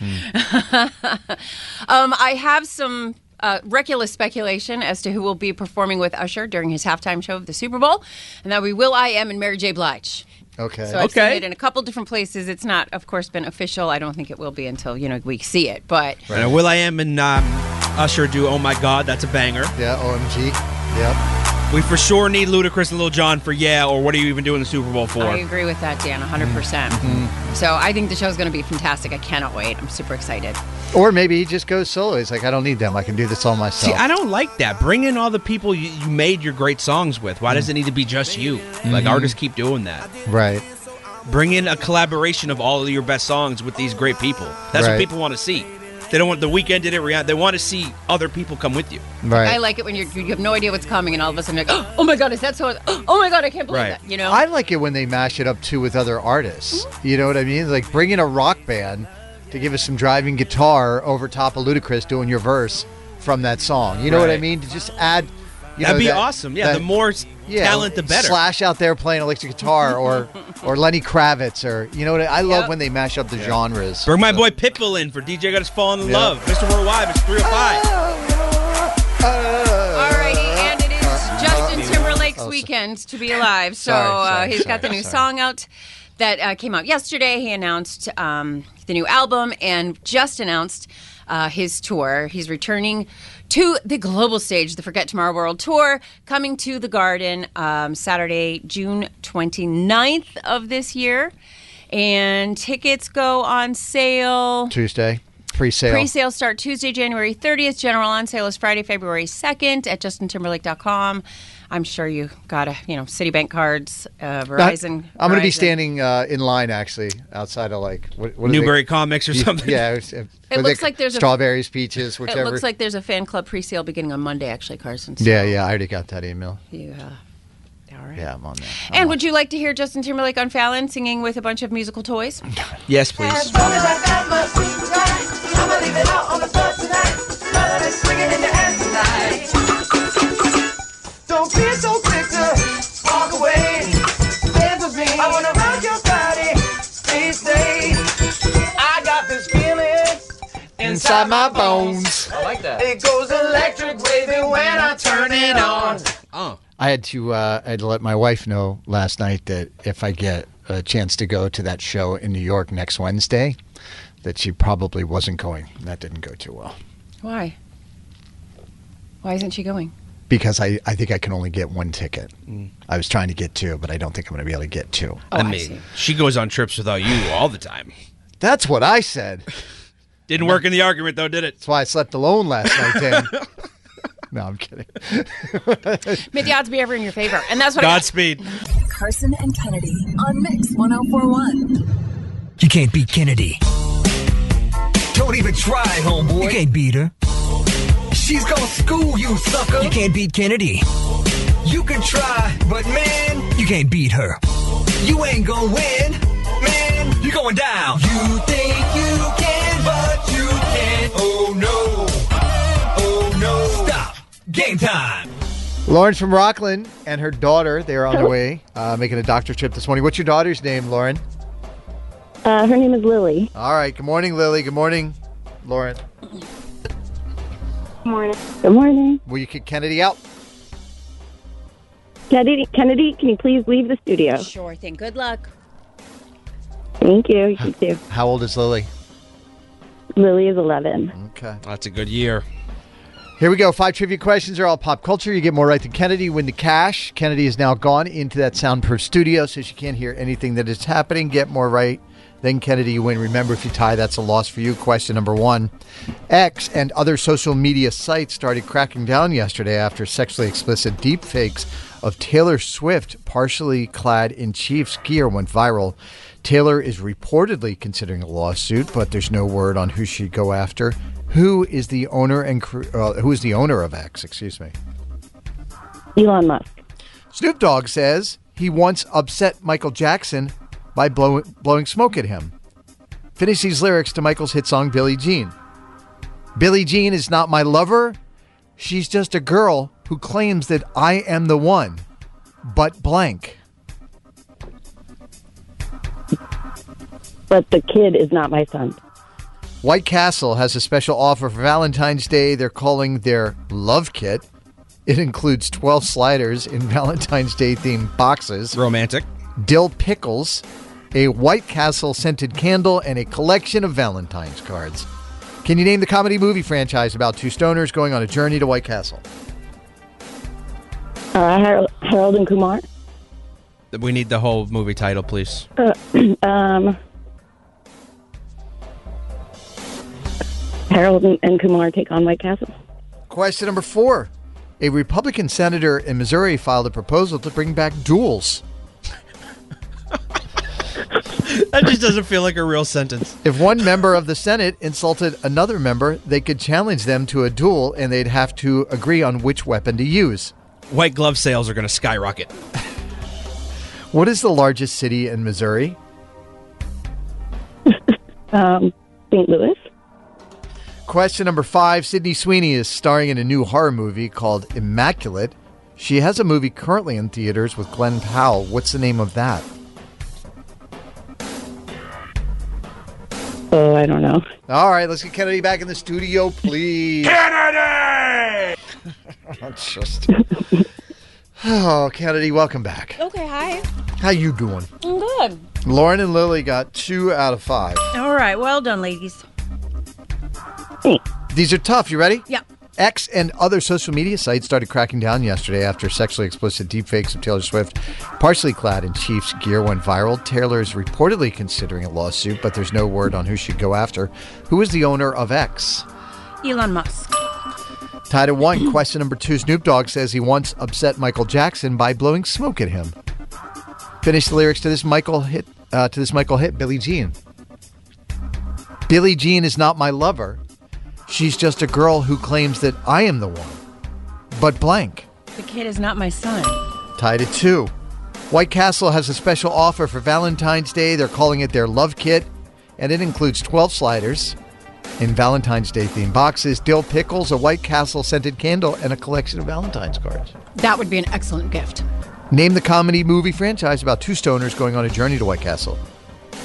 J: Um, I have some uh, reckless speculation as to who will be performing with Usher during his halftime show of the Super Bowl, and that we Will I Am and Mary J. Blige.
I: Okay.
J: So I've seen it in a couple different places. It's not, of course, been official. I don't think it will be until you know we see it. But
K: Right. Will I Am and um, Usher do Oh My God, that's a banger.
I: Yeah, OMG. Yep.
K: We for sure need Ludacris and Lil Jon for Yeah, or what are you even doing the Super Bowl for?
J: I agree with that, Dan,
I: Mm-hmm.
J: 100%. percent So I think the show's going to be fantastic. I cannot wait. I'm super excited.
I: Or maybe he just goes solo. He's like, I don't need them. I can do this all myself.
K: See, I don't like that. Bring in all the people you, you made your great songs with. Why does it need to be just you? Like
I: Mhm.
K: artists keep doing that.
I: right.
K: Bring in a collaboration of all of your best songs with these great people. That's
I: Right.
K: what people want to see. They don't want the weekend did it. Rihanna. They want to see other people come with you.
I: Right.
J: I like it when you're, you have no idea what's coming, and all of a sudden you're like, oh my God, is that so? Oh my God, I can't believe
I: Right.
J: that. You know? Mm-hmm.
I: I like it when they mash it up too with other artists. You know what I mean? Like bring in a rock band to give us some driving guitar over top of Ludacris doing your verse from that song. You know what I
K: Right.
I: mean? To just add. You
K: That'd
I: know,
K: be
I: that-
K: awesome. Yeah,
I: that-
K: the more s-
I: yeah,
K: talent, the better.
I: Slash out there playing electric guitar, or or Lenny Kravitz, or you know what? I, I love when they mash up the genres.
K: Bring my boy Pitbull in for DJ Got Us Falling in
I: Yeah.
K: Love. Mr. Worldwide, oh it's 305.
J: Alrighty, and it is Justin Timberlake's
K: Oh,
J: weekend to be alive. So
K: Sorry,
J: uh,
K: sorry,
J: he's got the
K: sorry,
J: new
K: sorry.
J: song out that uh, came out yesterday. He announced um, the new album and just announced uh, his tour. He's returning to the global stage, the Forget Tomorrow World Tour, coming to the Garden um, Saturday, June 29th of this year. And tickets go on sale.
I: Tuesday pre-sale.
J: Pre-sales start Tuesday, January 30th. General on sale is Friday, February 2nd at justintimberlake.com. I'm sure you got a, you know, Citibank cards, uh, Verizon.
I: I'm going to be
J: Verizon.
I: standing uh, in line actually outside of like what, what are they-
K: Newbury Comics or something.
I: Yeah, it's- it
J: It looks like there's a-
I: strawberries, peaches, whichever.
J: It looks like there's a fan club pre-sale beginning on Monday, actually, Carson. So
I: yeah, yeah. I already got that email.
J: you, uh, all right.
I: Yeah, I'm on that.
J: and would you like to hear Justin Timberlake on Fallon singing with a bunch of musical toys?
K: Yes, please.
H: Don't be so quick to walk away. Live with me. I wanna rock your body. Please stay. I got this feeling
I: Inside my bones.
H: I like that. It goes electric waving when I turn it on.
K: Oh,
I: I had to uh, I had to let my wife know last night that if I get a chance to go to that show in New York next Wednesday, that she probably wasn't going. That didn't go too well
J: Why? Why isn't she going?
I: because I, I think I can only get one ticket. I was trying to get two, but I don't think I'm going to be able to get two.
K: Mm. Oh, I mean, she goes on trips without you all the time.
I: That's what I said.
K: Didn't work in the argument though, did it?
I: That's why I slept alone last night, Dan. no, I'm kidding.
J: May the odds be ever in your favor. And that's what I got.
K: Godspeed.
L: Carson and Kennedy on Mix 1041.
R: You can't beat Kennedy. Don't even try, homeboy. You can't beat her. She's gonna school you, sucker. You can't beat Kennedy. You can try, but man, you can't beat her. You ain't gonna win, man. You're going down. You think you can, but you can't. Oh no. Oh no. Stop. Game time.
I: Lauren from Rockland and her daughter, they are on their way, uh, making a doctor trip this morning. What's your daughter's name, Lauren?
T: Uh, her name is Lily.
I: All right. Good morning, Lily. Good morning, Lauren.
T: Good morning. Good morning.
I: Will you kick Kennedy out?
T: Kennedy, Kennedy, can you please leave the studio?
J: Sure thing. Good luck.
T: Thank you. You too.
I: How old is Lily?
T: Lily is 11.
I: Okay.
K: That's a good year.
I: Here we go. Five trivia questions are all pop culture. You get more right than Kennedy, you win the cash. Kennedy is now gone into that soundproof studio, so she can't hear anything that is happening. Get more right than Kennedy, you win. Remember, if you tie, that's a loss for you. Question number one X and other social media sites started cracking down yesterday after sexually explicit deepfakes of Taylor Swift partially clad in Chiefs gear went viral. Taylor is reportedly considering a lawsuit, but there's no word on who she'd go after. Who is the owner and cr- uh, who is the owner of X? Excuse me.
A: Elon Musk.
I: Snoop Dogg says he once upset Michael Jackson by blow- blowing smoke at him. Finish these lyrics to Michael's hit song Billie Jean. Billie Jean is not my lover. She's just a girl who claims that I am the one, but blank.
A: But the kid is not my son.
I: White Castle has a special offer for Valentine's Day. They're calling their Love Kit. It includes 12 sliders in Valentine's Day themed boxes,
K: romantic,
I: dill pickles, a White Castle scented candle, and a collection of Valentine's cards. Can you name the comedy movie franchise about two stoners going on a journey to White Castle?
A: Uh, Harold, Harold and Kumar.
K: We need the whole movie title, please.
A: Uh, um, Harold and, and Kumar take on White Castle.
I: Question number four. A Republican senator in Missouri filed a proposal to bring back duels.
K: That just doesn't feel like a real sentence.
I: If one member of the Senate insulted another member, they could challenge them to a duel and they'd have to agree on which weapon to use.
K: White glove sales are going to skyrocket.
I: What is the largest city in Missouri?
A: Um, St. Louis.
I: Question number five Sydney Sweeney is starring in a new horror movie called Immaculate. She has a movie currently in theaters with Glenn Powell. What's the name of that?
A: Oh, I don't know.
I: All right, let's get Kennedy back in the studio, please. Kennedy! Just. Oh, Kennedy, welcome back.
J: Okay, hi.
I: How you doing?
J: I'm good.
I: Lauren and Lily got two out of five.
J: All right, well done, ladies.
I: These are tough. You ready?
J: Yep.
I: X and other social media sites started cracking down yesterday after sexually explicit deepfakes of Taylor Swift, partially clad in Chiefs gear, went viral. Taylor is reportedly considering a lawsuit, but there's no word on who should go after. Who is the owner of X?
J: Elon Musk.
I: Tied at one. Question number two Snoop Dogg says he once upset Michael Jackson by blowing smoke at him. Finish the lyrics to this Michael hit uh, to this Michael hit, Billie Jean. Billie Jean is not my lover. She's just a girl who claims that I am the one. But blank.
J: The kid is not my son.
I: Tied at two. White Castle has a special offer for Valentine's Day. They're calling it their Love Kit, and it includes 12 sliders in Valentine's Day themed boxes, dill pickles, a White Castle scented candle, and a collection of Valentine's cards.
J: That would be an excellent gift.
I: Name the comedy movie franchise about two stoners going on a journey to White Castle.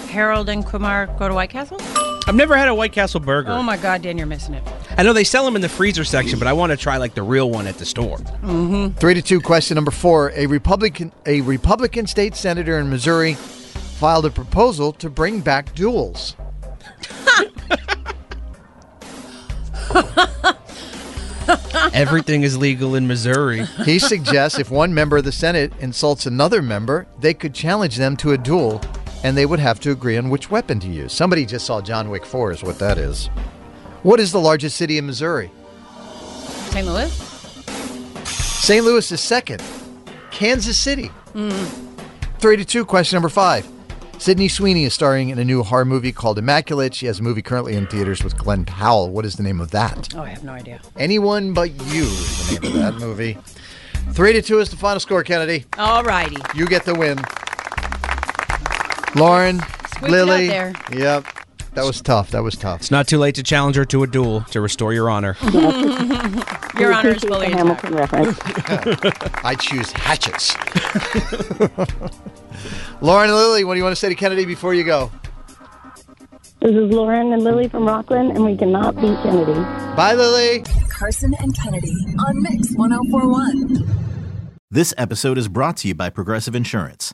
J: Harold and Kumar go to White Castle?
K: I've never had a White Castle burger.
J: Oh my God, Dan, you're missing it.
K: Um, I know they sell them in the freezer section, but I want to try like the real one at the store.
J: Mm-hmm.
I: Three to two. Question number four: A Republican, a Republican state senator in Missouri, filed a proposal to bring back duels.
K: Everything is legal in Missouri.
I: He suggests if one member of the Senate insults another member, they could challenge them to a duel, and they would have to agree on which weapon to use. Somebody just saw John Wick 4 is what that is. What is the largest city in Missouri?
J: St. Louis?
I: St. Louis is second. Kansas City. Three to two. Question number five. Sydney Sweeney is starring in a new horror movie called Immaculate. She has a movie currently in theaters with Glenn Powell. What is the name of that?
J: Oh, I have no idea.
I: Anyone but you is the name of that movie. Three to two is the final score, Kennedy.
J: All righty.
I: You get the win. Lauren,
J: Squeaked it
I: Lily.
J: out there.
I: Yep. That was tough. That was tough.
K: It's not too late to challenge her to a duel to restore your honor.
J: Your Honor is fully intact.
I: reference. I choose hatchets. Lauren and Lily, what do you want to say to Kennedy before you go?
A: This is Lauren and Lily from Rockland, and we cannot beat Kennedy.
I: Bye, Lily.
L: Carson and Kennedy on Mix 1041.
E: This episode is brought to you by Progressive Insurance.